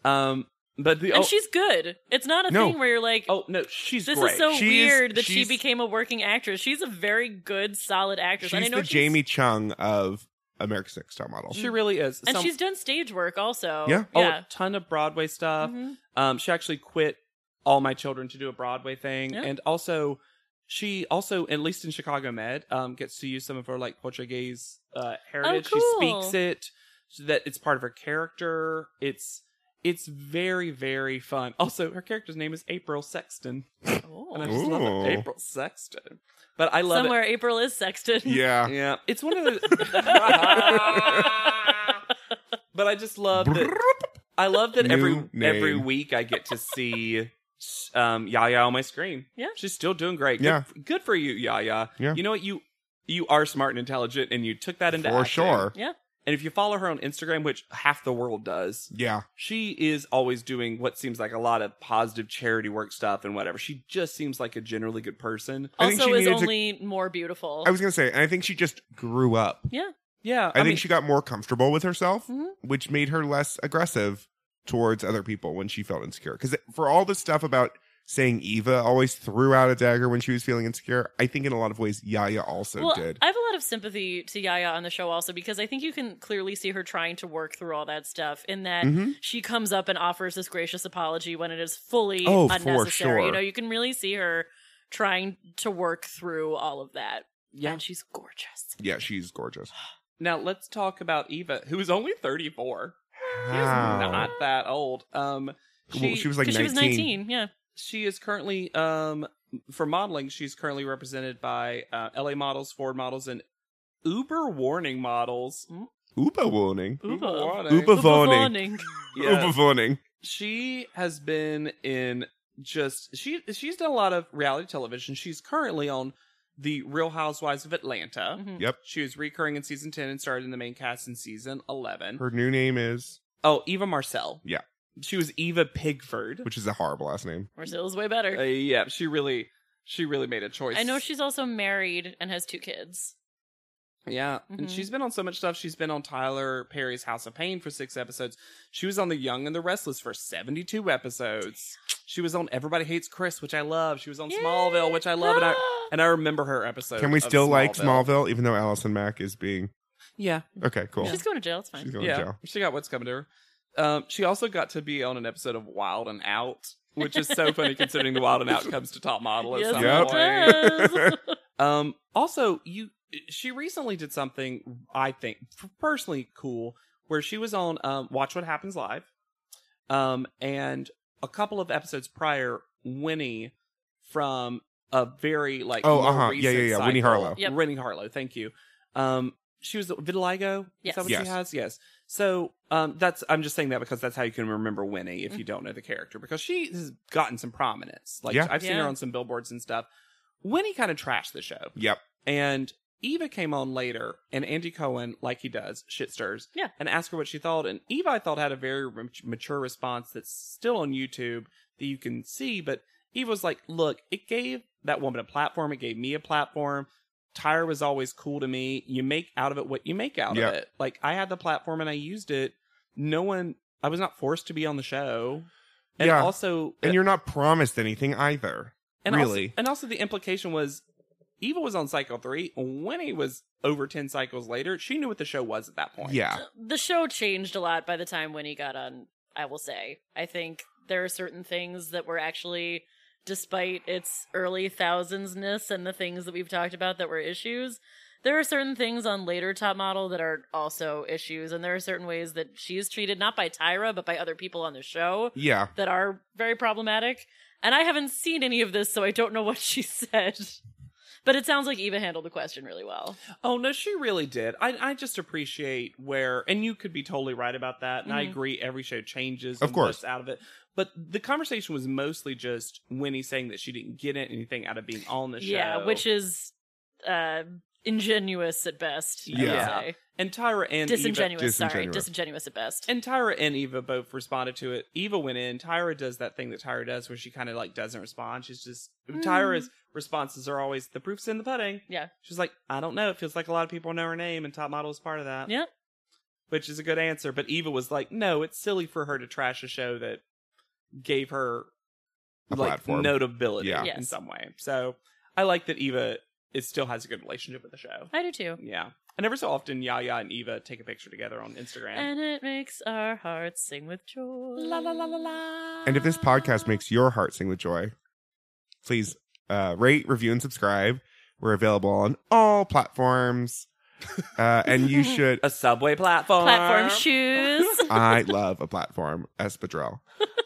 B: um, but the oh,
C: And she's good. It's not a
A: No.
C: thing where you're like,
B: oh no, she's
C: this
B: great.
C: is so
A: She's-
C: weird that she
A: she's-
C: became a working actress. She's a very good, solid actress. and I
A: She's
C: know
A: the
C: she's-
A: Jamie Chung of America's Next Top Model.
B: she really is,
C: Mm-hmm. And
B: Some-
C: she's done stage work also.
A: Yeah.
B: Oh,
C: Yeah.
B: a ton of Broadway stuff.
C: Mhm.
B: Um, she actually quit All My Children to do a Broadway thing,
C: Yeah.
B: and also she also, at least in Chicago Med, um, gets to use some of her like Portuguese uh, heritage. She
C: Oh, cool.
B: speaks it so that it's part of her character. It's It's very, very fun. Also, her character's name is April Sexton. And (clears throat) I
C: Oh.
B: just love
A: Ooh.
B: it. April Sexton. But I love
C: Somewhere April is Sexton.
B: it.
A: Yeah.
B: Yeah. It's one of
C: (laughs)
B: the (laughs) But I just love that I love that every
A: New name.
B: every week I get to see um Yaya on my screen.
C: Yeah.
B: She's still doing great. Good,
A: Yeah.
B: good for you, Yaya.
A: Yeah.
B: You know what you you are smart and intelligent and you took that into
A: For
B: acting.
A: sure.
C: Yeah.
B: And if you follow her on Instagram, which half the world does,
A: Yeah.
B: she is always doing what seems like a lot of positive charity work stuff and whatever. She just seems like a generally good person.
A: I think
C: Also
A: she
C: is
A: needed to-
C: only more beautiful.
A: I was gonna say, and I think she just grew up.
B: Yeah,
A: I, think she got more comfortable with herself,
C: Mhm.
A: which made her less aggressive towards other people when she felt insecure. Because for all the stuff about saying Eva always threw out a dagger when she was feeling insecure, I think in a lot of ways Yaya also
C: well,
A: did.
C: I have a lot of sympathy to Yaya on the show also because I think you can clearly see her trying to work through all that stuff in that
A: Mhm.
C: she comes up and offers this gracious apology when it is fully
A: Oh, for
C: unnecessary. You
A: sure.
C: know, you can really see her trying to work through all of that.
B: Yeah.
C: And she's gorgeous.
A: yeah, she's gorgeous.
B: Now let's talk about Eva, who is only thirty four. She is
A: Wow.
B: not that old. Um,
A: Well,
B: she,
A: she was like
C: 'Cause
A: 19.
C: she was 19, yeah.
B: she is currently um for modeling. She's currently represented by uh, LA models, Ford models, and Uber warning models.
A: Uber warning.
C: Uber.
B: warning.
A: Uber warning.
C: Ubervoning.
B: Yeah.
A: Uber warning.
B: she has been in just she she's done a lot of reality television. She's currently on the Real Housewives of Atlanta.
A: (laughs)
C: Mhm.
A: Yep.
B: She was recurring in season ten and started in the main cast in season eleven.
A: Her new name is,
B: oh, Eva Marcel.
A: Yeah.
B: she was Eva Pigford.
A: which is a horrible last name.
C: Marcella's way better.
B: Uh, yeah, she really she really made a choice.
C: I know she's also married and has two kids.
B: Yeah, and
C: Mhm.
B: she's been on so much stuff. She's been on Tyler Perry's House of Pain for six episodes. She was on The Young and the Restless for seventy-two episodes. She was on Everybody Hates Chris, which I love. She was on
C: Yay!
B: Smallville, which I love, and
C: (gasps)
B: I and I remember her episode.
A: Can we
B: of
A: still like Smallville, even though Allison Mack is being.
B: Yeah,
A: Okay, cool.
C: She's going to jail. It's
A: She's
C: fine.
A: going to
B: yeah.
A: jail.
B: She got what's coming to her. Um, she also got to be on an episode of Wild and Out, which is so
C: (laughs)
B: funny considering the Wild and Out comes to Top Model. At
C: Yes,
B: some
A: Yep.
C: it
B: point. (laughs)
C: (laughs) does.
B: Um, also, you she recently did something I think personally cool, where she was on um, Watch What Happens Live, um, and a couple of episodes prior, Winnie from a very like
A: Oh,
B: more
A: uh-huh. Yeah,
B: recent
A: yeah, yeah. Winnie
B: cycle-
A: Harlow.
C: Yep.
B: Winnie Harlow, thank you. Um, she was vitiligo.
C: Yes.
B: Is that what
A: Yes.
B: she has? Yes. So um, that's I'm just saying that because that's how you can remember Winnie
C: Mm.
B: if you don't know the character because she has gotten some prominence. Like
A: Yeah.
B: I've seen
C: Yeah.
B: her on some billboards and stuff. Winnie kind of trashed the show.
A: (laughs) Yep.
B: And Eva came on later, and Andy Cohen, like he does, shit stirs.
C: Yeah.
B: And asked her what she thought. And Eva, I thought, had a very mat- mature response that's still on YouTube that you can see. But Eva was like, look, it gave that woman a platform. It gave me a platform. Tyra was always cool to me. You make out of it what you make out
A: Yeah.
B: of it. Like, I had the platform and I used it. No one, I was not forced to be on the show. And
A: Yeah.
B: also,
A: And you're not promised anything either.
B: and Also,
A: Really?
B: and also the implication was Eva was on cycle three. Winnie was over 10 cycles later. She knew what the show was at that point.
A: Yeah.
C: the show changed a lot by the time Winnie got on, I will say. I think there are certain things that were actually, despite its early thousandsness and the things that we've talked about that were issues, there are certain things on later Top Model that are also issues. And there are certain ways that she is treated, not by Tyra, but by other people on the show
A: Yeah.
C: that are very problematic. And I haven't seen any of this, so I don't know what she (laughs) said. But it sounds like Eva handled the question really well.
B: Oh, no, she really did. I, I just appreciate where, and you could be totally right about that. And I
C: Mhm.
B: agree, every show changes.
A: Of
B: and
A: course.
B: lifts Out of it. But the conversation was mostly just Winnie saying that she didn't get anything out of being on the show.
C: Yeah, which is uh, ingenuous at best. I would
A: Yeah.
C: say.
B: And Tyra and Eva
C: disingenuous, Sorry,
A: Disingenuous.
C: disingenuous at best.
B: And Tyra and Eva both responded to it. Eva went in. Tyra does that thing that Tyra does where she kind of like doesn't respond. She's just Tyra's responses are always the proof's in the pudding.
C: Mm. Yeah.
B: She's like, I don't know. It feels like a lot of people know her name, and Top Model is part of that.
C: yeah,
B: Which is a good answer. But Eva was like, no, it's silly for her to trash a show that gave her
A: A
B: like
A: platform.
B: notability
A: Yeah.
B: in
C: Yes.
B: some way. So I like that Eva is still has a good relationship with the show.
C: I do too.
B: Yeah. And every so often, Yaya and Eva take a picture together on Instagram.
C: And it makes our hearts sing with joy. La la la la la.
A: And if this podcast makes your heart sing with joy,
C: (laughs)
A: please uh, rate, review, and subscribe. We're available on all platforms. Uh, and you should.
B: A subway platform.
C: Platform
B: (laughs)
C: shoes.
A: I love a platform,
C: (laughs)
A: Espadrille. (laughs)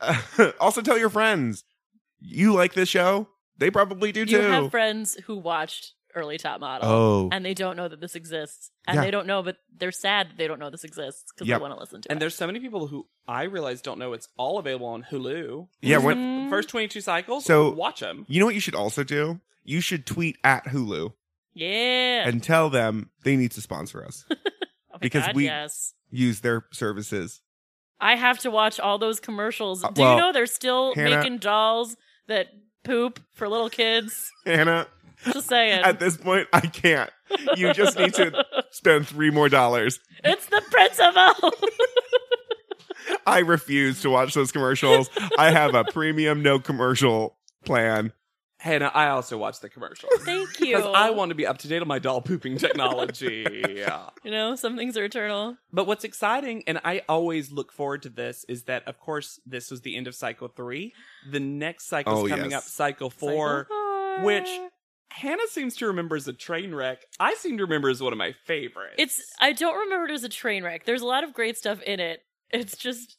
A: Uh, also, tell your friends you like this show. They probably do
C: you
A: too.
C: have friends who watched early Top Model.
A: oh,
C: And they don't know that this exists, and
A: Yeah.
C: they don't know, but they're sad that they don't know this exists because
A: Yep.
C: they want to listen to
B: And
C: it.
B: there's so many people who I realize don't know it's all available on Hulu.
A: yeah.
C: Mhm.
A: When,
B: First 22 cycles,
A: So-
B: watch them.
A: You know what you should also do? You should tweet at Hulu
C: Mm-hmm. yeah,
A: and tell them they need to sponsor us.
C: Oh my
A: because
C: God,
A: we-
C: yes,
A: Use their services.
C: I have to watch all those commercials.
A: Uh,
C: Do
A: well,
C: you know they're still
A: Hannah-
C: making dolls that poop for little kids?
A: Hannah,
C: Just saying,
A: at this point, I can't. You just need to spend three more dollars.
C: it's the principle.
A: I refuse to watch those commercials. I have a premium no commercial plan.
B: Hannah, I also watch the commercial.
C: (laughs) Thank you.
B: Because I want to be up to date on my doll pooping
C: (laughs)
B: technology.
C: you know, some things are eternal.
B: But what's exciting, and I always look forward to this, is that of course this was the end of cycle three. The next cycle's
A: Oh,
B: coming
A: yes.
B: up, cycle four,
C: "Ah."
B: which Hannah seems to remember as a train wreck. I seem to remember as one of my favorites.
C: It's I don't remember it as a train wreck. There's a lot of great stuff in it. It's just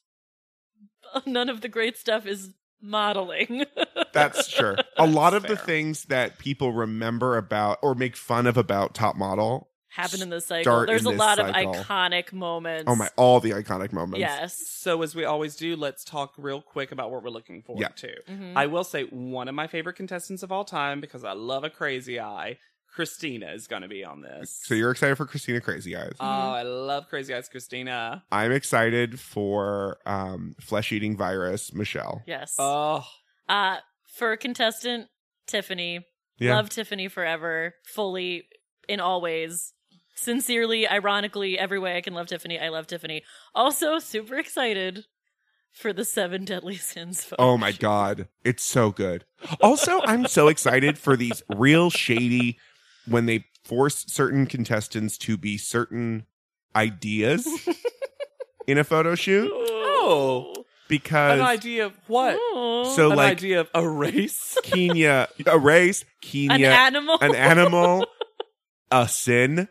C: none of the great stuff is modeling. (laughs)
A: That's sure. A lot of the
B: fair.
A: things that people remember about or make fun of about Top Model.
C: Happen in this cycle.
A: Start
C: There's
A: in
C: a
A: this
C: lot
A: cycle.
C: of iconic moments.
A: Oh my, all the iconic moments.
C: Yes.
B: so as we always do, let's talk real quick about what we're looking forward
A: Yeah.
B: to.
C: Mhm.
B: I will say one of my favorite contestants of all time, because I love a crazy eye, Christina is gonna be on this.
A: So you're excited for Christina Crazy Eyes.
B: Oh,
C: Mm-hmm.
B: I love Crazy Eyes Christina.
A: I'm excited for um, flesh eating virus Michelle.
C: yes.
B: Oh,
C: uh for contestant Tiffany. Love Tiffany forever. Fully in all ways. Sincerely, ironically, every way I can love Tiffany, I love Tiffany. Also super excited for the seven deadly (laughs) sins. Folks.
A: Oh my god, it's so good. Also, I'm so excited for these real shady when they force certain contestants to be certain ideas in a photo shoot
B: oh.
A: because
B: an idea of what?
C: Ooh.
A: so
B: an
A: like
B: idea of a race.
A: Kenya, a race,
C: an
A: Kenya,
C: animal.
A: an animal, a sin.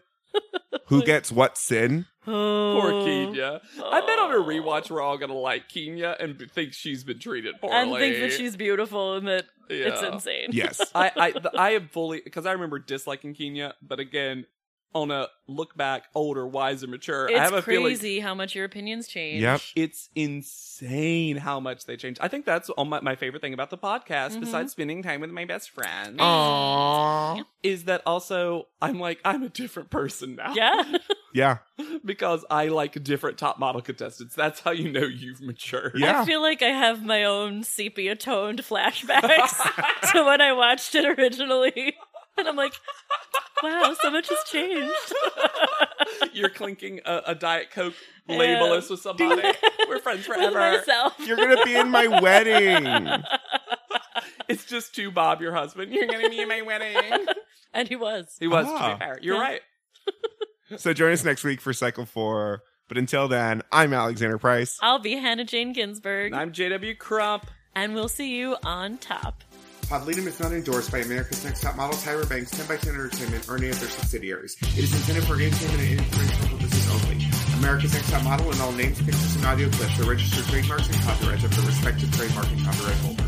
A: Who gets what sin?
C: (laughs) Oh.
B: Poor Kenya. I bet on a rewatch we're all gonna like Kenya and b- think she's been treated poorly.
C: And think that she's beautiful and that
B: Yeah.
C: it's insane.
A: Yes.
B: I I, th- I am fully because I remember disliking Kenya, but again, on a look back, older, wiser, mature, I
C: It's
B: have a feeling
C: crazy how much your opinions change.
A: Yep.
B: it's insane how much they changed. I think that's all my, my favorite thing about the podcast,
C: Mhm.
B: besides spending time with my best friend,
A: Aww.
B: is that also I'm like I'm a different person now.
C: Yeah. (laughs)
A: Yeah.
B: (laughs) because I like different top model contestants. That's how you know you've matured.
A: Yeah.
C: I feel like I have my own sepia toned flashbacks (laughs) to when I watched it originally. And I'm like, wow, so much has changed.
B: (laughs) You're clinking a, a Diet Coke label us
C: (laughs)
B: with somebody. We're friends
C: With
B: forever.
C: myself.
A: You're going to be in my wedding.
B: It's just to Bob, your husband. You're going to be at my wedding.
C: And he was.
B: He was, to
A: Ah.
B: be fair. You're
C: Yeah.
B: right.
A: So join us next week for Cycle 4. But until then, I'm Alexander Price.
C: I'll be Hannah Jane Ginsburg.
B: And I'm JW Crump.
C: And we'll see you on top.
D: Podletum is not endorsed by America's Next Top Model, Tyra Banks, 10x10 Entertainment, or any of their subsidiaries. It is intended for entertainment and informational purposes only. America's Next Top Model and all names, pictures, and audio clips are registered trademarks and copyrights of the respective trademark and copyright holders.